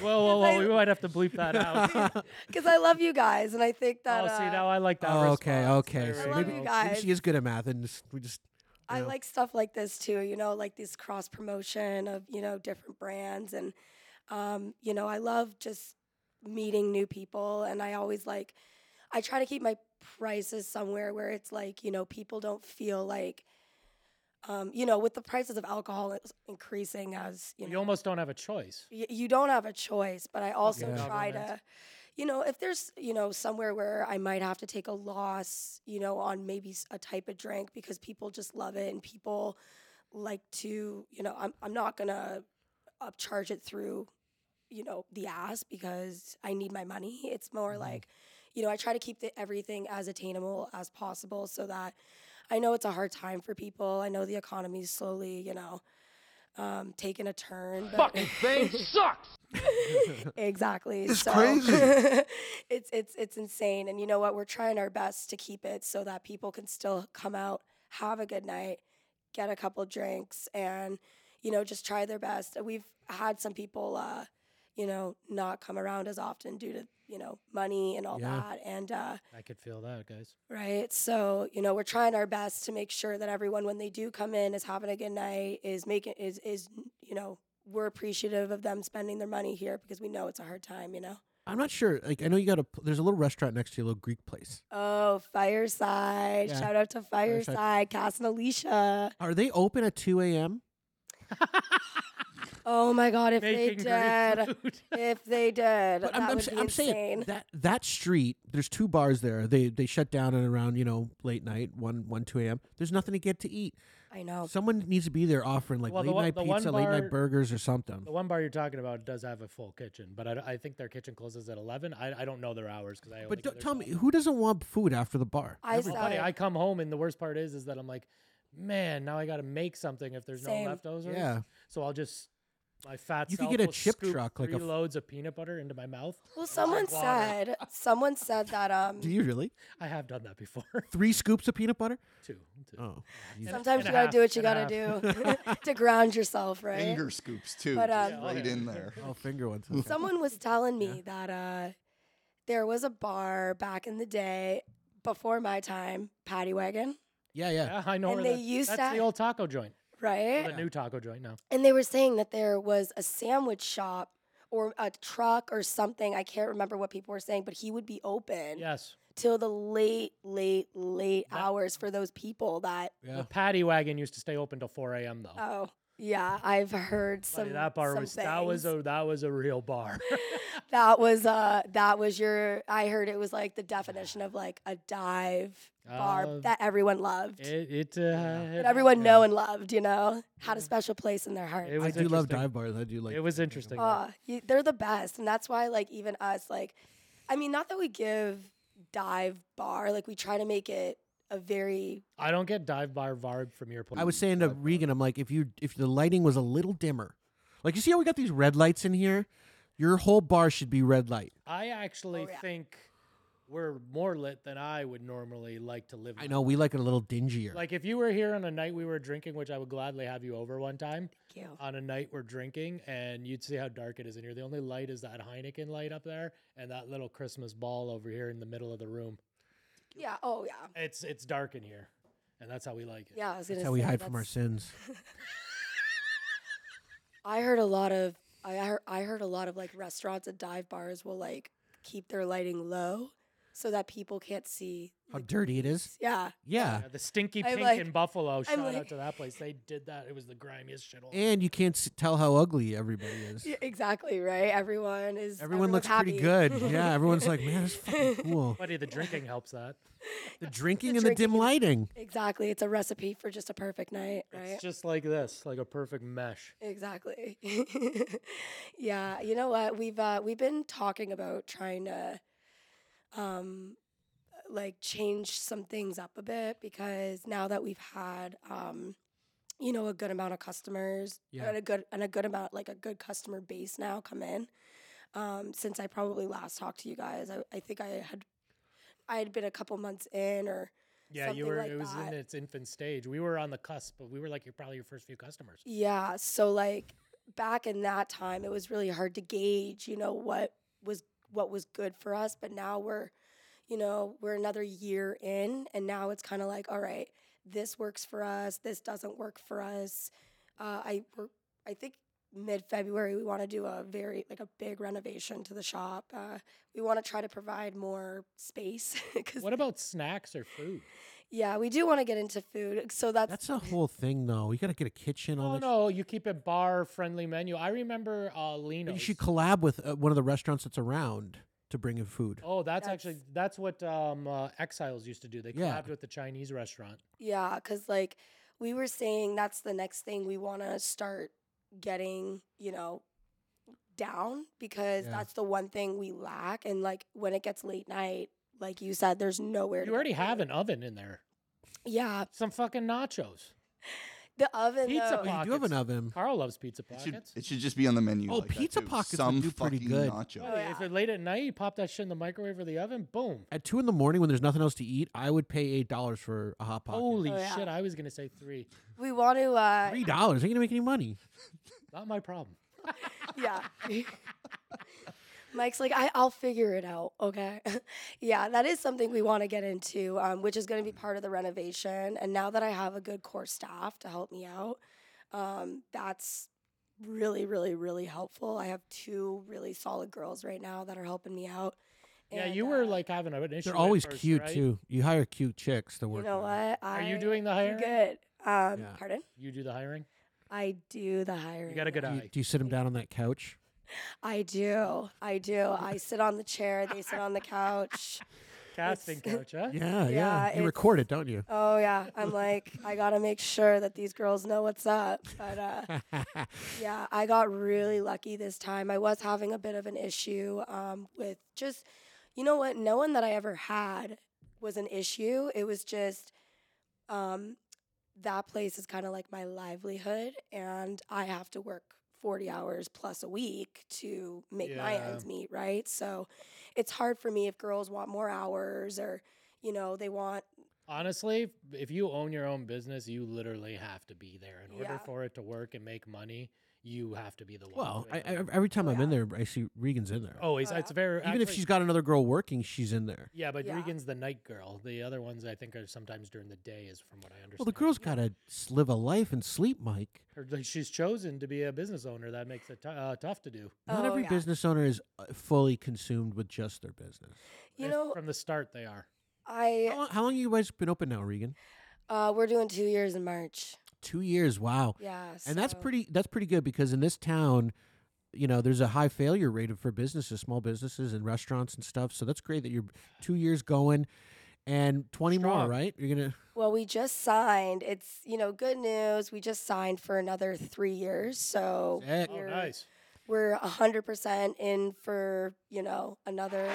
whoa, whoa! We might have to bleep that
*laughs*
out.
because I love you guys, and I think that.
oh, see,
uh,
now I like that.
oh, okay,
response.
okay.
There
so
I
we
love
maybe,
go.
you
maybe
guys.
she is good at math, and just, we just
I
Yeah.
like stuff like this too, you know, like this cross promotion of, you know, different brands. And, um, you know, I love just meeting new people. And I always like, I try to keep my prices somewhere where it's like, you know, people don't feel like, um, you know, with the prices of alcohol is increasing as, you know,
You almost don't have a choice.
y- you don't have a choice but i also
Yeah.
try
Government.
to you know if there's you know somewhere where i might have to take a loss you know on maybe s- a type of drink because people just love it and people like to you know i'm, I'm not gonna upcharge it through you know the ass because i need my money it's more like you know i try to keep the, everything as attainable as possible so that i know it's a hard time for people i know the economy's slowly you know um, taking a turn but
thing sucks.
*laughs* Exactly.
It's
so, *laughs*
crazy.
it's it's it's insane. And you know what? We're trying our best to keep it so that people can still come out, have a good night, get a couple drinks, and you know just try their best. And We've had some people, uh, you know, not come around as often due to you know money and all
Yeah.
that. And uh,
I could feel that, guys.
Right. So, you know, we're trying our best to make sure that everyone when they do come in is having a good night, is making is is you know, we're appreciative of them spending their money here because we know it's a hard time, you know.
I'm not sure. Like I know you got a pl- there's a little restaurant next to your little Greek place.
Oh, Fireside.
Yeah.
Shout out to
Fireside.
Fireside, Cass and Alicia.
Are they open at 2 a.m.?
Oh my god, if
Making
*laughs*
they
great
did.
food.
If they did.
But
that
I'm, I'm,
would
sa-
be
I'm
insane.
saying that that street. There's two bars there. They they shut down at around you know late night one one two a.m. There's nothing to get to eat.
I know.
Someone needs to be there offering like
Well, the
late
one-
night
the one
pizza, late night
bar-
burgers, or something.
The one bar you're talking about does have a full kitchen, but I, d- I think their kitchen closes at 11. I, I don't know their hours because I. only
But
go
don't,
there
tell
so
me,
often.
who doesn't want food after the bar?
I
Oh,
saw
buddy,
it.
I come home and the worst part is, is that I'm like, man, now I got to make something if there's
Same.
no leftovers.
Yeah.
So I'll just my fat.
You could
self
get a
will
chip
scoop
truck, like a
three
f-
loads of peanut butter into my mouth.
Well, someone
water.
said
*laughs*
someone said that um
Do you really?
I have done that before. *laughs*
Three scoops of peanut butter?
too. too.
Oh, Jesus.
sometimes
and a
you got to
half,
do what you got
and
to do
*laughs*
*laughs* to ground yourself, right?
Finger scoops too.
But,
just
um,
right in there.
oh finger ones. okay.
Someone was telling me that uh, there was a bar back in the day before my time, Paddy Wagon,
*laughs* Yeah, yeah.
Yeah, I know.
And
where
they
that-
used
that's the
to-
old taco joint.
right?
The new taco joint now.
And they were saying that there was a sandwich shop or a truck or something. I can't remember what people were saying, but he would be open
Yes.
till the late, late, late hours for those people that,
Yeah.
The patty wagon used to stay open till 4 a.m. though.
oh, yeah, I've heard
Buddy,
some.
that bar
some
was that was
things.
a that was a real bar.
that was uh that was your I heard it was like the definition of like a dive *laughs* bar
Uh,
that everyone loved.
It, it, uh,
that everyone know and loved, you know, had a special place in their heart.
It was
I do love
interesting.
dive bars. I do like.
It was interesting.
Oh, you, they're the best, and that's why like even us like, I mean, not that we give dive bar like we try to make it a very
I don't get dive bar varb from your place.
I was saying to Regan, I'm like, if you if the lighting was a little dimmer, like you see how we got these red lights in here, your whole bar should be red light.
I actually
Oh,
think we're more lit than I would normally like to live.
I know we like it a little dingier.
Like if you were here on a night we were drinking, which I would gladly have you over one time.
Thank you.
On a night we're drinking, and you'd see how dark it is in here. The only light is that Heineken light up there, and that little Christmas ball over here in the middle of the room.
yeah. Oh yeah.
It's it's dark in here, and that's how we like it.
Yeah, I was gonna
That's how we
say,
hide from our
that's-
sins.
I heard a lot of I heard, I heard a lot of like restaurants and dive bars will like keep their lighting low so that people can't see.
How dirty it is.
Yeah.
Yeah.
the stinky
I'm
pink
like-
in Buffalo.
I'm
Shout out
like-
to that place. They did that. It was the grimiest shit. all-
And you can't s- tell how ugly everybody is.
Yeah, exactly right. Everyone is.
Everyone looks pretty
happy. *laughs*
good. Yeah, everyone's like, man, it's fucking cool.
Buddy, the drinking helps that.
The drinking and the dim lighting.
Exactly. It's a recipe for just a perfect night, right?
It's just like this, like a perfect mesh.
Exactly. *laughs* yeah, you know what? We've uh, we've been talking about trying to um like change some things up a bit because now that we've had um you know a good amount of customers
Yeah.
and a good and a good amount like a good customer base now come in. Um since I probably last talked to you guys, I, I think I had I had been a couple months in or
Yeah,
something
you were.
like
it was
that.
in its infant stage. We were on the cusp, but we were like your probably your first few customers.
Yeah. So like back in that time, it was really hard to gauge, you know, what was what was good for us. But now we're, you know, we're another year in, and now it's kind of like, all right, this works for us. This doesn't work for us. Uh, I we're, I think mid February we want to do a very like a big renovation to the shop. Uh, we want to try to provide more space *laughs* because
What about snacks or food?
yeah, we do want to get into food. So that's
That's a whole thing, though. You got to get a kitchen. All
Oh
that
no, you keep a bar friendly menu. I remember uh, Lino.
But You should collab with uh, one of the restaurants that's around to bring in food.
Oh, that's, actually that's what um, uh, Exiles used to do. They
Yeah.
collabed with the Chinese restaurant.
Yeah, because like we were saying, that's the next thing we want to start getting, you know, down because
Yeah.
that's the one thing we lack. And like when it gets late night, like you said, there's nowhere to
You already
go.
have an oven in there.
Yeah,
Some fucking nachos.
the oven.
Pizza
though,
pockets.
Oh, You do have an oven.
Carl loves pizza
It
pockets.
should, it should just be on the menu.
Oh,
like that,
pizza
too.
pockets would
Some
do pretty
fucking
good.
nacho.
Oh,
Buddy, If it's late at night, you pop that shit in the microwave or the oven, boom.
At two in the morning, when there's nothing else to eat, I would pay eight dollars for a hot pocket.
Holy
Oh, yeah.
shit, I was gonna say three.
We want to. Uh,
Three dollars ain't gonna make any money.
Not my problem.
yeah. Mike's like, I, I'll figure it out. Okay. *laughs* yeah, that is something we want to get into, um, which is going to be part of the renovation. And now that I have a good core staff to help me out, um, that's really, really, really helpful. I have two really solid girls right now that are helping me out.
Yeah,
And,
you
uh,
were like having an issue.
They're
at
always
first,
cute
right?
too. You hire cute chicks to
you
work.
know what?
Are you
I
doing the
do
hiring?
Good. Um,
Yeah.
Pardon?
You do the hiring.
I do the hiring.
You got a good
do, you,
eye.
do you sit them down on that couch?
I do. I do. I sit on the chair. They sit on the couch. *laughs*
Casting couch, huh?
Yeah, yeah.
Yeah,
You
it's-
record it, don't you? *laughs*
Oh yeah, I'm like I gotta make sure that these girls know what's up. But uh, yeah, I got really lucky this time. I was having a bit of an issue um, with just, you know what? No one that I ever had was an issue. It was just um, that place is kind of like my livelihood, and I have to work. 40 hours plus a week to make my
Yeah.
ends meet, right? So it's hard for me if girls want more hours or, you know, they want
Honestly, if you own your own business, you literally have to be there in order
Yeah.
for it to work and make money. You have to be the one.
Well,
doing
I,
it.
I, every time I'm in there, I see Regan's in there.
always. It's very
Even if
actually-
she's got another girl working, she's in there.
Yeah, but
Oh, Yeah.
Regan's the night girl. The other ones I think are sometimes during the day, is from what I understand.
Well, the girl's got to live a life and sleep, Mike.
Or, like, she's chosen to be a business owner. That makes it t- uh, tough to do.
Not
Oh,
every business owner is uh, fully consumed with just their business.
You
If
know,
eh, from the start they are.
How
I
long, how long you guys been open now, Regan?
uh, we're doing two years in March.
Two years. Wow.
Yeah,
And that's
so-
pretty. That's pretty good because in this town, you know, there's a high failure rate for businesses, small businesses, and restaurants and stuff. So that's great that you're two years going, and 20 more,
Strong.
right? You're going to
Well, we just signed. It's you know good news. We just signed for another three years, so
Sick. Oh,
we're-
nice.
We're hundred percent in for you know another.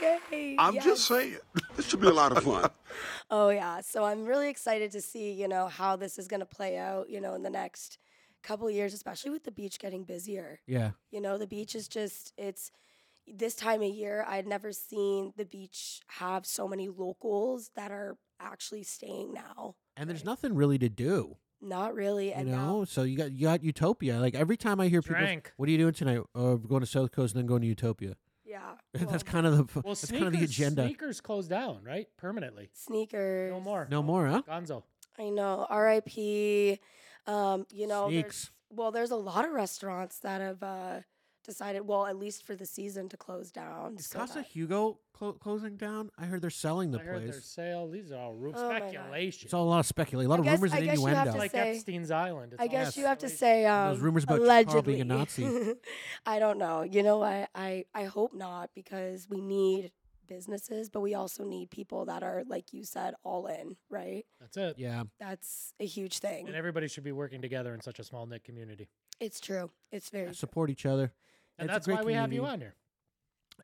Yay!
I'm
yes.
just saying, this should be a lot of fun.
Oh yeah, so I'm really excited to see you know how this is going to play out. You know in the next couple of years, especially with the beach getting busier.
Yeah.
You know, the beach is just it's this time of year I'd never seen the beach have so many locals that are actually staying now.
And there's nothing really to do.
Not really.
You
And now
know, so you got you got Utopia. Like every time I hear people,
Drank.
"What are you doing tonight?" Oh, we're going to South Coast and then going to Utopia.
*laughs*
*laughs*
Yeah,
that's kind of the
Well,
Oh, that's kind of the agenda.
Sneakers closed down, right? Permanently.
sneakers. No more.
No more, huh?
Gonzo.
I know. R.I.P. Um, you know, there's,
Sneaks.
well, there's a lot of restaurants that have uh, decided, well, at least for the season, to close down.
Is
so
Casa
that-
Hugo clo- closing down? I heard they're selling the
I heard their
place.
sale. These are all rumors.
Oh my God.
speculation.
It's all a lot of speculation, a
I
lot of
guess-
rumors
I
and
guess you have
innuendo.
to
like
say-
Epstein's Island. It's
I
all
guess you have to
speculation.
say um,
those rumors about Carl
allegedly.
being a Nazi.
*laughs* I don't know. You know what? I I hope not because we need businesses, but we also need people that are like you said, all in. Right?
That's it.
yeah,
That's a huge thing.
And everybody should be working together in such a small knit community.
It's true. It's very. true.
support each other.
And
It's a
that's
great
why we have you
community.
on here.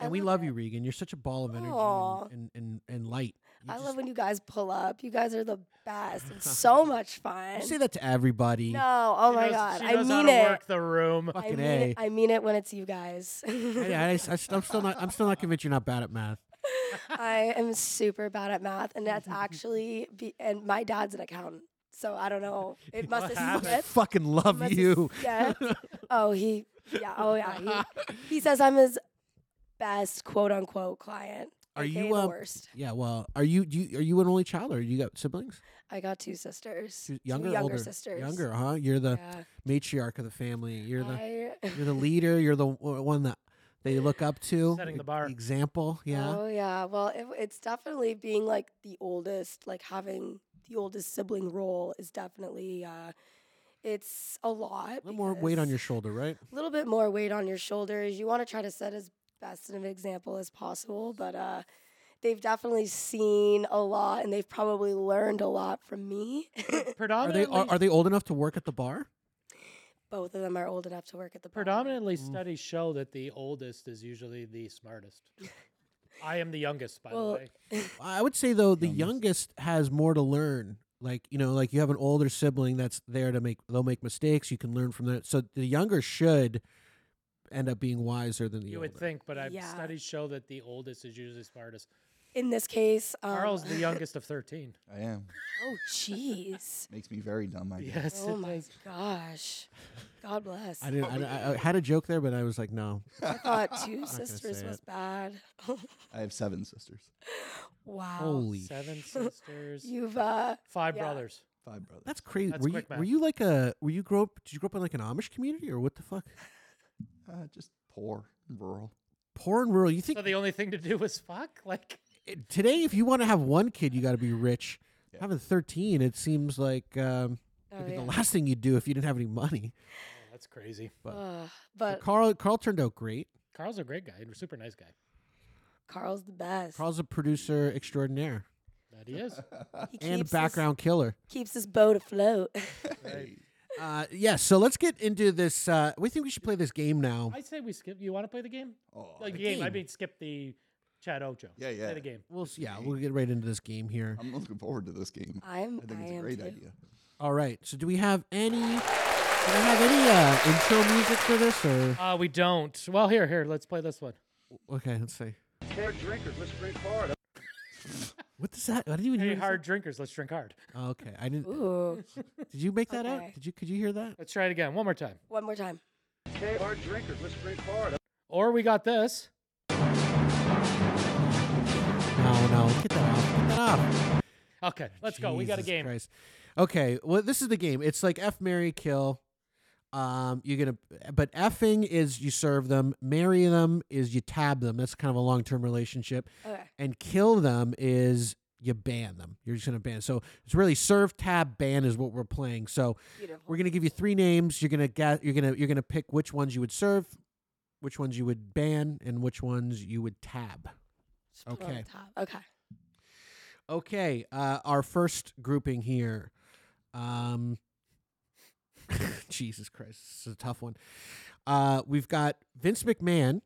And we love you, Regan. You're such a ball of energy
Aw.
and, and, and, and light. You
I
just-
love when you guys pull up. You guys are the best.
*laughs*
It's so much fun.
you say that to everybody.
No, oh
She
my
knows-
god,
she
I
knows how
mean
to
it.
work the room.
I
Fucking
mean
A.
it. *laughs* I mean it when it's you guys. *laughs*
I, I, am still not. I'm still not convinced you're not bad at math.
I am super bad at math, and
*laughs*
that's actually be, and my dad's an accountant, so I don't know. It must have
I
slipped.
fucking love
Must have
you.
slipped. Oh, he, yeah, oh yeah. He, he says I'm his best quote unquote client.
Are
aka
you,
the
uh,
worst?
*laughs* Yeah. Well, are you, do you? Are you an only child, or you got siblings?
I got two sisters,
Two-
two
Younger,
younger
older?
sisters,
Younger, huh? You're the
Yeah.
matriarch of the family. You're the
*laughs* I-
you're the leader. You're the w- one that they look up to.
Setting the
e-
bar.
Example. Yeah.
Oh yeah. Well, it, it's definitely being like the oldest, like having the oldest sibling role is definitely uh it's a lot. *laughs*
a little more weight on your
because
shoulder, right?
a little bit more weight on your shoulders. You want to try to set as best of an example as possible, but uh they've definitely seen a lot and they've probably learned a lot from me. *laughs*
Are they
Predominantly,
are, are they old enough to work at the bar?
Both of them are old enough to work at the bar.
predominantly studies show that the oldest is usually the smartest. I am the youngest, by
Well,
the way.
I would say though the youngest has more to learn. Like you know, like you have an older sibling that's there to make they'll make mistakes. You can learn from that. So the younger should end up being wiser than the
You
older.
would think, but I've,
Yeah.
studies show that the oldest is usually smartest.
In this case, um,
Carl's
*laughs*
the youngest of 13.
I am.
Oh jeez.
*laughs*
Makes me very dumb. I guess.
Yes.
Oh
it
my
does.
gosh. God bless.
I didn't. I, I- I had a joke there, but I was like, no.
I
*laughs*
thought two
gonna
sisters
say
was
it.
bad.
*laughs*
*laughs*
I have seven sisters,
wow.
Holy
Seven sisters,
You've uh
five
yeah.
brothers.
five brothers.
*laughs* That's crazy.
That's
were, you,
quick
were
math.
you like a? Were you grow up? Did you grow up in like an Amish community or what the fuck?
uh, just poor, rural.
Poor and rural. You think
So the only thing to do is fuck? *laughs* Like,
it- today, if you want to have one kid, you got to be rich. Having thirteen, it seems like um,
Oh,
it'd be
yeah.
the last thing you'd do if you didn't have any money.
oh, that's crazy.
Ugh,
But
but
Carl, Carl turned out great.
Carl's a great guy and a super nice guy.
Carl's the best.
Carl's a producer extraordinaire
That he is.
he
and a
keeps
background killer.
His, keeps his boat afloat. *laughs*
Right.
Uh, yeah, so let's get into this. Uh, we think we should play this game now.
I say we skip. You want to play the game?
Oh,
Like
the
the game. I
game.
mean, skip the Chad Ocho.
Yeah, yeah.
Play the game.
We'll s- yeah, we'll get right into this game here.
I'm looking forward to this game.
I'm
I think
Um, I
it's a
am
great
too.
idea.
All right. So do we have any? Do we have any uh, intro music for this? Or
Uh, we don't. Well, here, here. Let's play this one.
okay, let's see. *laughs* What does that? I didn't even
Hey,
hear. what
hard drinkers. Let's drink hard.
it said. Oh, okay, I didn't.
Ooh.
Did you make that
Okay.
out? Did you? Could you hear that?
Let's try it again. One more time.
One more time.
Or we got this.
No, no. Get that off. Get that off.
Okay, let's go. We got a
Jesus
game.
Christ. Okay, well, this is the game. It's like F, Mary, kill. Um, you're gonna, but effing is you serve them, marry them is you tab them. That's kind of a long term relationship,
Okay.
and kill them is you ban them. You're just gonna ban. So it's really serve, tab, ban is what we're playing. So
Beautiful.
we're gonna give you three names. You're gonna get. You're gonna. You're gonna pick which ones you would serve, which ones you would ban, and which ones you would tab.
put it on
Okay.
the top. Okay.
Okay, uh, our first grouping here. Um, *laughs* Jesus Christ, this is a tough one. Uh, we've got Vince McMahon,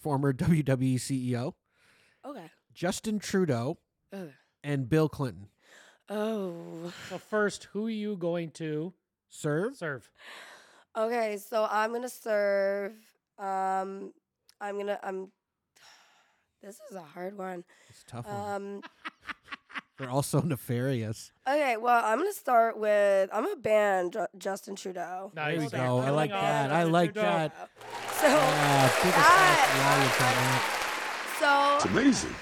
former E WWE CEO,
Okay.
Justin Trudeau,
Ugh.
and Bill Clinton.
Oh.
Well, first, who are you going to
Serve?
serve?
Okay, so I'm gonna serve. Um, I'm gonna. I'm. *sighs* This is a hard
*laughs*
one.
It's a tough one.
Um.
They're also *laughs* nefarious.
Okay. Well, I'm gonna start with. I'm gonna ban Ju- Justin Trudeau.
Nice.
There we
Hold on,
go. I
holding
like
on,
that. I
Justin
like
Trudeau.
*laughs*
that.
So.
Yeah,
*laughs* Ah, that- So.
biggest
It's amazing.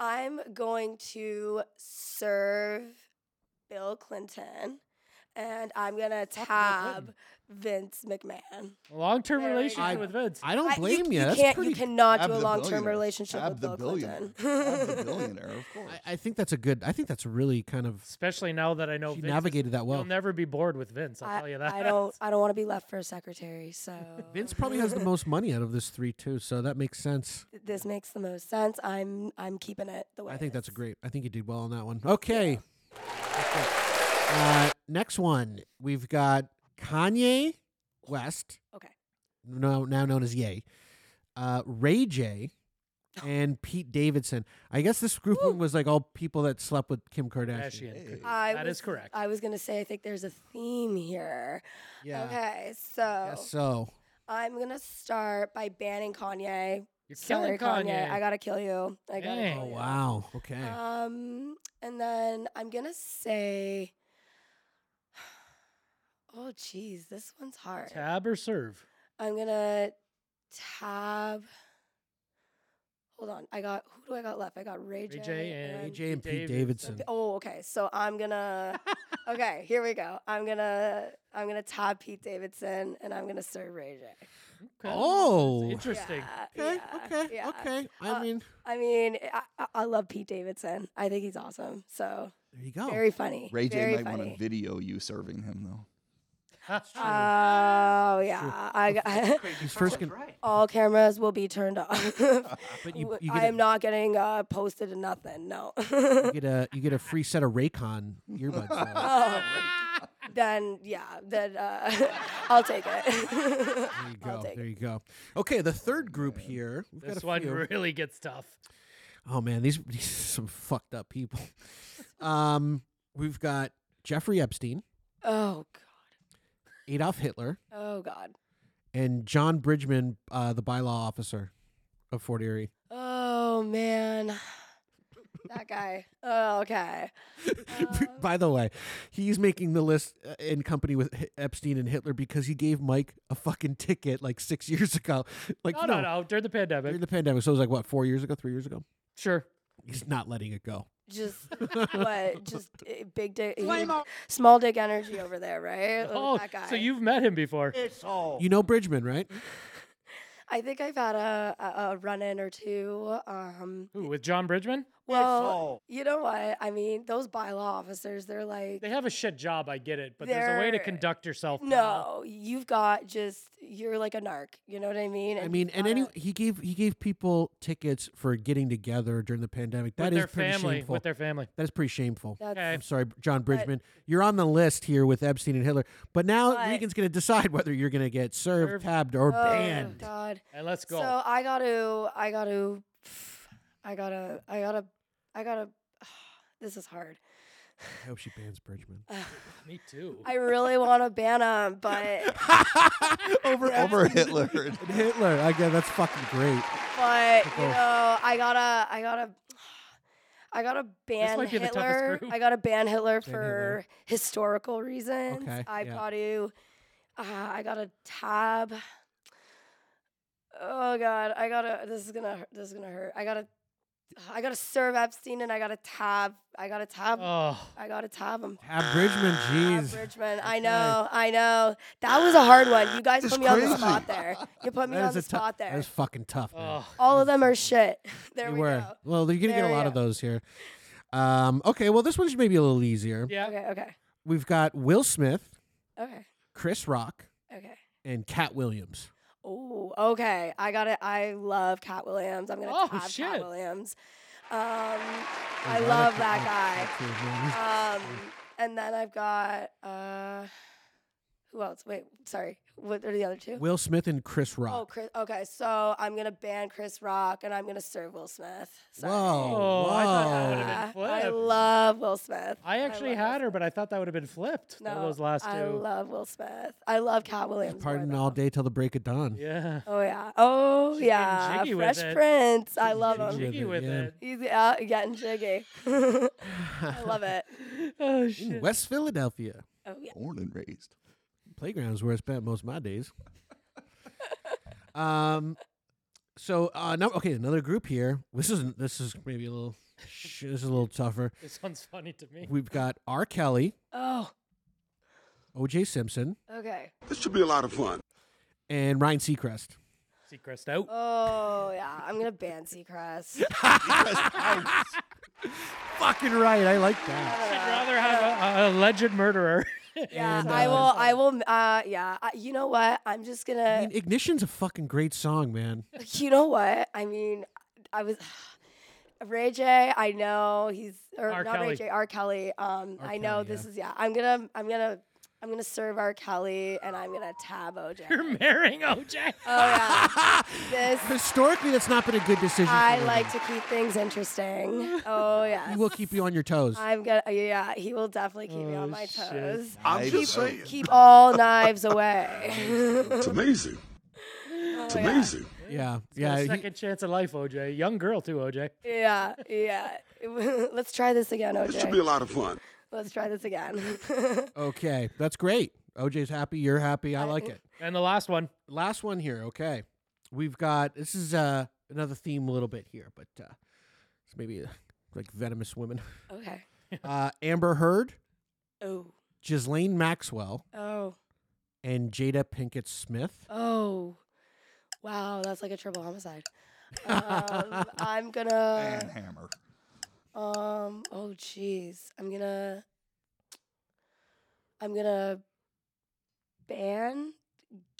I'm going to serve Bill Clinton and I'm going to tab Vince McMahon.
Long term
There we
relationship
go.
with Vince.
I don't
I- you,
blame you.
You,
That's
can't,
pretty-
you cannot
Ab
do a
the
long term
billionaire.
relationship
Ab
with
the
Bill
billionaire.
Clinton. *laughs*
Ab the billionaire, of course.
I, I think that's a good. I think that's really kind of.
Especially now that I know
She
Vince is-
navigated that well.
You'll never be bored with Vince. I'll
I,
tell you that.
I
*laughs*
don't. I don't want to be left for a secretary. So
Vince probably
*laughs*
has the most money out of this three too, so that makes sense.
This makes the most sense. I'm. I'm keeping it the way.
I think
it
that's a
is.
great. I think you did well on that one. Okay. Uh, next one, we've got Kanye West.
Okay.
No, now known as Ye. Uh, Ray J.
Oh.
And Pete Davidson. I guess this group one was like all people that slept with Kim Kardashian.
Kardashian.
Hey.
I
That
was,
is correct.
I was gonna say. I think there's a theme here.
Yeah.
Okay. Oh.
I
So
guess so
I'm gonna start by banning Kanye.
You're
Sorry,
killing Kanye.
I gotta kill you. I gotta.
Dang.
kill
oh
you.
wow. Okay.
Um, and then I'm gonna say, *sighs* oh geez, this one's hard.
Tab or serve?
I'm gonna tab. Hold on, I got who do I got left? I got Ray,
Ray J and
Ray J and Pete
Pete
Davidson.
Davidson.
Oh, okay. So I'm
*laughs*
gonna. okay, here we go. I'm gonna I'm gonna tab Pete Davidson, and I'm gonna serve Ray J.
Okay.
Oh.
That's interesting.
Yeah,
Okay.
yeah,
okay.
yeah.
Okay. I
Uh,
mean,
I mean, I, I- I love Pete Davidson. I think he's awesome. So
there you go.
very funny.
Ray
very
J might
funny.
want to video you serving him though.
Oh yeah, I got
He's first gonna-
*laughs* all cameras will be turned off.
But
*laughs*
you-
W-
you get
I
a-
am not getting uh, posted to nothing. No. *laughs*
you get a you get a free set of Raycon
*laughs*
earbuds. though.
Oh, then yeah, then uh, *laughs* I'll take it. *laughs*
There you
I'll
go.
take
There you go. Okay, the third group here. We've got
This
a
one
few.
really gets tough.
Oh man, these, *laughs* these are some fucked up people. Um, we've got Jeffrey Epstein,
oh god.
Adolf Hitler,
Oh god.
and John Bridgman, uh, the bylaw officer of Fort Erie.
Oh man. That guy. Oh, okay. Uh.
*laughs* By the way, he's making the list uh, in company with Hi- Epstein and Hitler because he gave Mike a fucking ticket like six years ago. Like
No, no, no. During the pandemic.
during the pandemic. So it was like what four years ago, three years ago.
sure.
He's not letting it go.
Just what? Just uh, big dick, small dick energy over there, right? Look at
Oh,
that guy.
so you've met him before.
You know Bridgman, right?
Mm-hmm. I think I've had a, a, a run in or two. Um,
Who, with John Bridgman?
well, you know what? I mean, those bylaw officers, they're like,
They have a shit job, I get it, but there's a way to
They're-
conduct yourself. pal.
no, you've got just, you're like a narc. You know what I mean?
I
And
mean,
you've
and
gotta-
any he gave he gave people tickets for getting together during the pandemic. That
with
is
their
pretty
family.
shameful.
With their family.
that is pretty shameful.
that's,
Okay.
I'm sorry, John Bridgman. You're on the list here with Epstein and Hitler, but now
But-
Reagan's going to decide whether you're going to get served,
Served.
tabbed, or
oh,
banned.
God.
And let's go.
So I got to, I got to, *sighs* I got to, I got to, I got to, *sighs* this is hard.
I hope she bans Bridgman
Me too.
I really want to ban him, but,
over
Over
*laughs*
Hitler.
Epstein and Hitler. I guess that's fucking great.
but, you
Cool.
know, I got to, I got to, I gotta ban
might be the toughest
Hitler.
group.
I gotta ban Hitler
Ban Hitler.
for historical reasons.
Okay,
I've
yeah.
got to. Uh, I gotta tab. Oh God, I gotta. This is gonna. hurt- This is gonna hurt. I gotta. I gotta serve Epstein, and I gotta tab. I gotta tab.
oh,
I gotta tab him.
Tab Bridgman,
Ah,
jeez.
Bridgman,
Okay.
I know, I know. That was a hard one. You guys
This
put
is
me on the
crazy.
spot there. You put me
That
on
is
the
a tou-
spot
That
there.
was fucking tough, man.
oh.
All of them are shit. *laughs* There
you
we
were.
go.
Well, you're going to get
There
a
we
lot
go.
of those here. Um, okay, well, this one's maybe a little easier.
Yeah.
Okay, okay,
We've got Will Smith,
okay,
Chris Rock,
okay.
and Cat Williams.
Oh, okay. I got it. I love Cat Williams. I'm gonna
Oh,
have
shit.
Cat Williams. Um, I love that guy. Um, and then I've got uh, who else? Wait, sorry. What are the other two?
*laughs* Will Smith and Chris
Um, Oh,
Rock.
Chris. Okay, so I'm gonna ban Chris Rock and I'm gonna serve Will Smith. Sorry.
Whoa,
Oh, I thought that would've been
Yeah, I
flipped.
love Will Smith.
I actually
love
had her, but I thought that would have been flipped.
Will-
No, those last two.
I love Will Smith. I love Cat Williams. more
Pardon all day till the break of dawn.
*laughs* Yeah.
Oh yeah. Oh
She's getting
yeah.
jiggy with
Fresh
it.
Prince. I love
getting
him.
jiggy with it,
He's yeah, getting jiggy. I love
*laughs*
it.
Oh
In West Philadelphia.
Oh yeah.
Born and raised.
Playground's where I spent most of
*laughs*
my days. um, so uh, now okay, another group here. This is this is maybe a little sh- this is a little tougher.
This one's funny to me.
We've got R. Kelly,
Oh.
O.J. Simpson,
Okay.
This should be a lot of fun.
and Ryan Seacrest.
Seacrest out.
Oh yeah. I'm gonna ban
*laughs*
Seacrest.
Fucking right, I like that.
I'd rather have a, a alleged murderer. *laughs*
Yeah.
And,
I
uh,
will. I will. Uh. Yeah. I, you know what? I'm just
I
gonna.
mean, Ignition's a fucking great song, man.
You know what? I mean, I was. *sighs* Ray J, I know he's or
R.
not
Kelly.
Ray J, R. Kelly. Um,
R.
I know
Kelly,
this
yeah.
is yeah. I'm gonna, I'm gonna, I'm gonna serve R. Kelly, and I'm gonna tab OJ.
You're marrying OJ.
*laughs*
Oh yeah. This
Historically, that's not been a good decision. for
I
women.
like to keep things
*laughs*
interesting. Oh
He
yeah.
will keep you on your toes.
I'm gonna yeah, he will definitely keep me
Oh,
on my
shit.
toes.
I'm
I
just
vote-
saying.
Keep all knives away.
It's amazing.
*laughs*
It's
Oh, yeah.
amazing.
yeah,
He's got
yeah.
a
he-
second chance at life, OJ. Young girl too, OJ.
yeah, yeah. *laughs* Let's try this again,
This should be a
OJ.
lot of fun.
Let's try this again. *laughs*
okay, that's great. OJ's happy. You're happy. I like it.
And the last one.
last one here. Okay, we've got this is uh another theme a little bit here, but uh, it's maybe uh, like venomous women.
okay.
Uh, Amber Heard,
Oh.
Ghislaine Maxwell,
Oh.
and Jada Pinkett Smith.
Oh. Wow, that's like a triple homicide.
*laughs*
Um, I'm gonna
Hammer.
um oh jeez. I'm gonna I'm gonna ban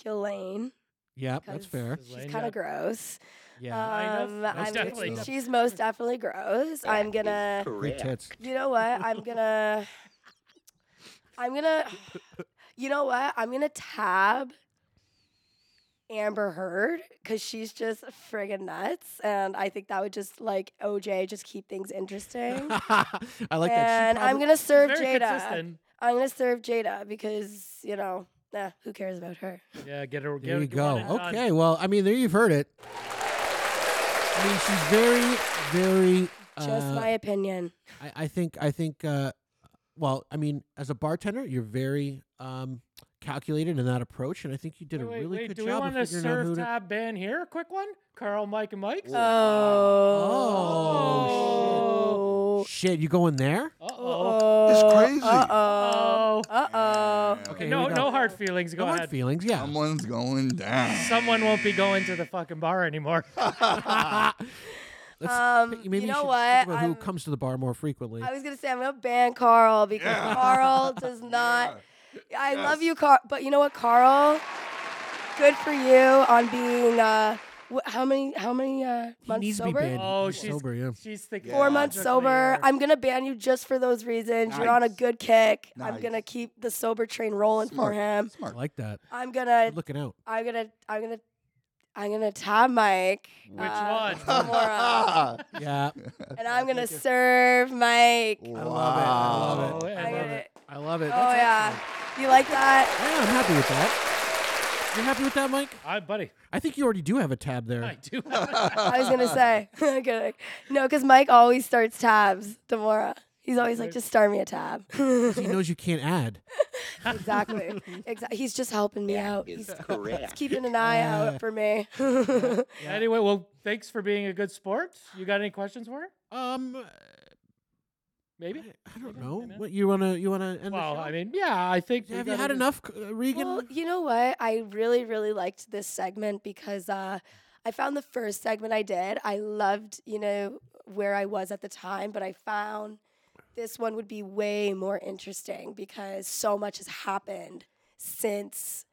Gillane.
Yep, that's
'cause
fair.
She's
Ghislaine,
kind
yeah.
of gross.
Yeah,
Kind of.
Um,
Most
I'm gonna-
definitely.
she's most definitely gross. I'm gonna.
great tits.
You know what? I'm gonna. I'm gonna. You know what? I'm gonna tab Amber Heard because she's just friggin' nuts, and I think that would just like OJ just keep things interesting.
*laughs* I like
and
that.
I'm
She probably-
gonna serve
Very
Jada.
consistent.
I'm gonna serve Jada because you know, nah, who cares about her?
Yeah, get her. Get,
There you
get one and
go.
done.
Okay, well, I mean, there you've heard it. I mean, she's very, very. Uh,
Just my opinion.
I, I think I think uh, well, I mean, as a bartender, you're very um, calculated in that approach, and I think you did
Wait,
a
wait,
really
wait,
good
do
job
we
of
want to
figuring out who
serve
to.
tab ban here? A quick one. Carl, Mike, and Mike's.
Oh,
Oh.
Shit, you going there?
Uh oh.
Uh-oh.
It's crazy.
Uh-oh. Uh-oh.
Yeah.
Okay,
no,
we
no
got-
hard feelings. Go
No hard
ahead.
feelings, yeah. *laughs*
Someone's going down.
Someone won't be going to the fucking bar
*laughs*
anymore.
Let's,
Um,
maybe
you know
should
what?
Think about who
I'm-
comes to the bar more frequently?
I was gonna say I'm gonna ban Carl because
Yeah.
*laughs*
Carl does not. I love you, Carl, but you know what, Carl? Good for you on being. Uh, wh- how many? How many uh,
he
months
needs to
sober?
be banned.
Oh,
He's
she's-
sober, yeah.
She's thinking.
Four months
logically
sober.
here.
I'm gonna ban you just for those reasons. You're on a
Nice.
good kick. I'm
Nice.
gonna keep the sober train rolling
Smart.
for him.
I *laughs*
Smart.
like that.
I'm gonna.
Good looking out.
I'm gonna. I'm gonna. I'm gonna tab Mike.
Which
uh,
one?
*laughs*
Gamora, *laughs*
Yeah,
and I'm gonna serve Mike.
I love it. I love
Oh,
it.
and
I
I'm
love
gonna-
it. I love it.
Oh
That's
yeah. You like that?
excellent. Yeah, I'm happy with that. You're happy with that, Mike?
I, buddy,
I think you already do have a tab there.
I
*laughs*
do. *laughs*
I was
*laughs*
gonna say, *laughs* Okay. no, because Mike always starts tabs. Demora, he's always like, just start me a
*laughs*
tab.
'Cause he knows you can't add. *laughs*
exactly. Exactly. He's just helping me out. He's, he's keeping an eye
Yeah.
out for me. *laughs*
*laughs*
Anyway, well, thanks for being a good sport. You got any questions for her?
Um,
Maybe.
I don't
Maybe,
know.
maybe.
What you wanna you wanna end
Well,
the show?
I mean, yeah, I think. we
have you
gotta
had
do-
enough, c- uh, Regan?
well, you know what? I really, really liked this segment because uh, I found the first segment I did. I loved, you know, where I was at the time, but I found this one would be way more interesting because so much has happened since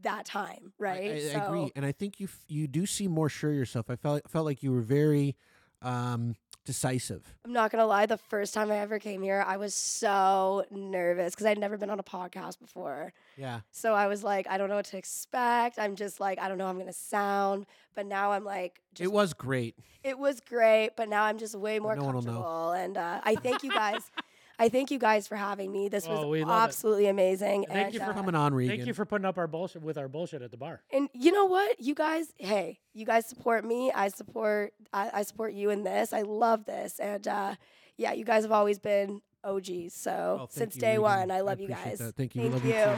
that time,
I,
right?
I agree, and I think you f- you do seem more sure of yourself. I felt felt like you were very um, decisive.
I'm not gonna lie. The first time I ever came here, I was so nervous because I'd never been on a podcast before.
Yeah.
So I was like, I don't know what to expect. I'm just like, I don't know how I'm gonna sound. But now I'm like,
it was great.
it was great, but now I'm just way more
no one will know.
comfortable. And uh, I thank you guys. I thank you guys for having me. This
Oh, we
was
love it.
absolutely amazing.
And Thank
and,
you for
uh,
coming on,
Thank
Regan.
you for putting up our bullshit with our bullshit at the bar.
And you know what? You guys, hey, you guys support me. I support. I, I support you in this. I love this. And uh, yeah, you guys have always been OGs. So
Oh, thank
Oh, since
you,
day
Regan.
one, I
I
love you
appreciate
guys.
that. Thank you. We love you too.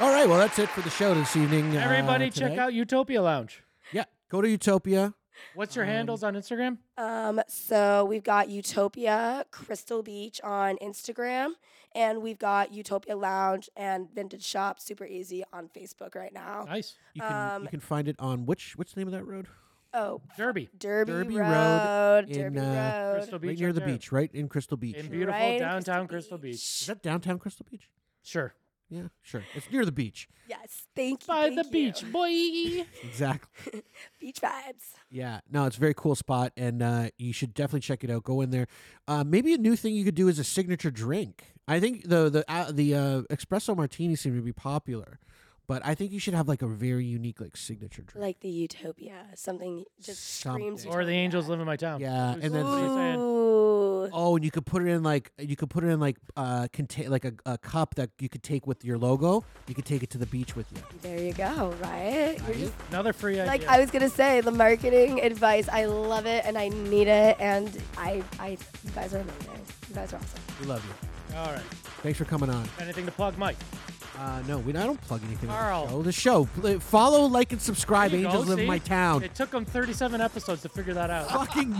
All right, well that's it for the show this evening. uh,
Everybody, check
today.
out Utopia Lounge.
Yeah, go to Utopia.
What's your handles on Instagram?
Um, so we've got Utopia Crystal Beach on Instagram, and we've got Utopia Lounge and Vintage Shop Super Easy on Facebook right now.
Nice.
You can
Um,
you can find it on which what's the name of that road?
Oh,
Derby.
Derby,
Derby
Road.
in
Derby
uh,
Road.
Crystal
right
Beach
near
right
the
there.
beach, right in Crystal Beach.
In beautiful
Right in
downtown Crystal Beach.
Is that downtown Crystal Beach?
Sure.
Yeah, sure. It's near the beach.
Yes, thank you.
By the
thank
beach,
you.
boy.
*laughs*
Exactly.
beach vibes.
Yeah, no, it's a very cool spot, and uh, you should definitely check it out. Go in there. Uh, maybe a new thing you could do is a signature drink. I think the the uh, the uh, espresso martini seem to be popular, but I think you should have like a very unique like signature drink.
Like the Utopia, something just screams.
Something.
or the
utopia.
angels live in my town.
Yeah,
Who's-
and then-
what are you saying?
Ooh.
Oh, and you could put it in like you could put it in like uh contain like a, a cup that you could take with your logo. You could take it to the beach with you.
There you go, right? You're just
another free idea.
like I was gonna say, the marketing advice, I love it and I need it, and I, I, you guys are amazing. You guys are awesome.
We love you.
All right.
Thanks for coming on.
Anything to plug, Mike?
Uh no, we I don't plug anything.
Carl.
On the show. the show. Pl- Follow, like, and subscribe.
There you go,
Angels live in
see?
my town.
It took them 37 episodes to figure that out.
fucking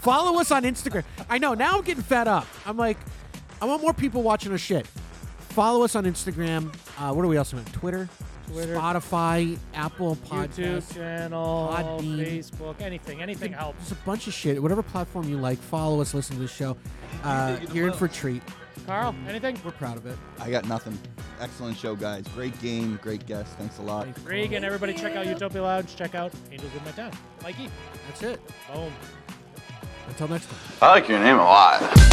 follow us on Instagram. I know now I'm getting fed up. I'm like, I want more people watching our shit. Follow us on Instagram. Uh, what are we also on? Twitter,
Twitter.
Spotify, Apple
YouTube
Podcasts.
channel,
Podbean.
Facebook, anything, anything helps.
There's a bunch of shit. Whatever platform you like, follow us. Listen to the show. Uh, you're in for a treat.
Carl,
Mm.
anything?
We're proud of it.
I got nothing. Excellent show, guys. Great game. Great guest. Thanks a lot.
Regan, everybody, check out
you.
Utopia Lounge. Check out Angels in My Town. Mikey,
That's it.
boom.
Until next time.
I like your name a lot.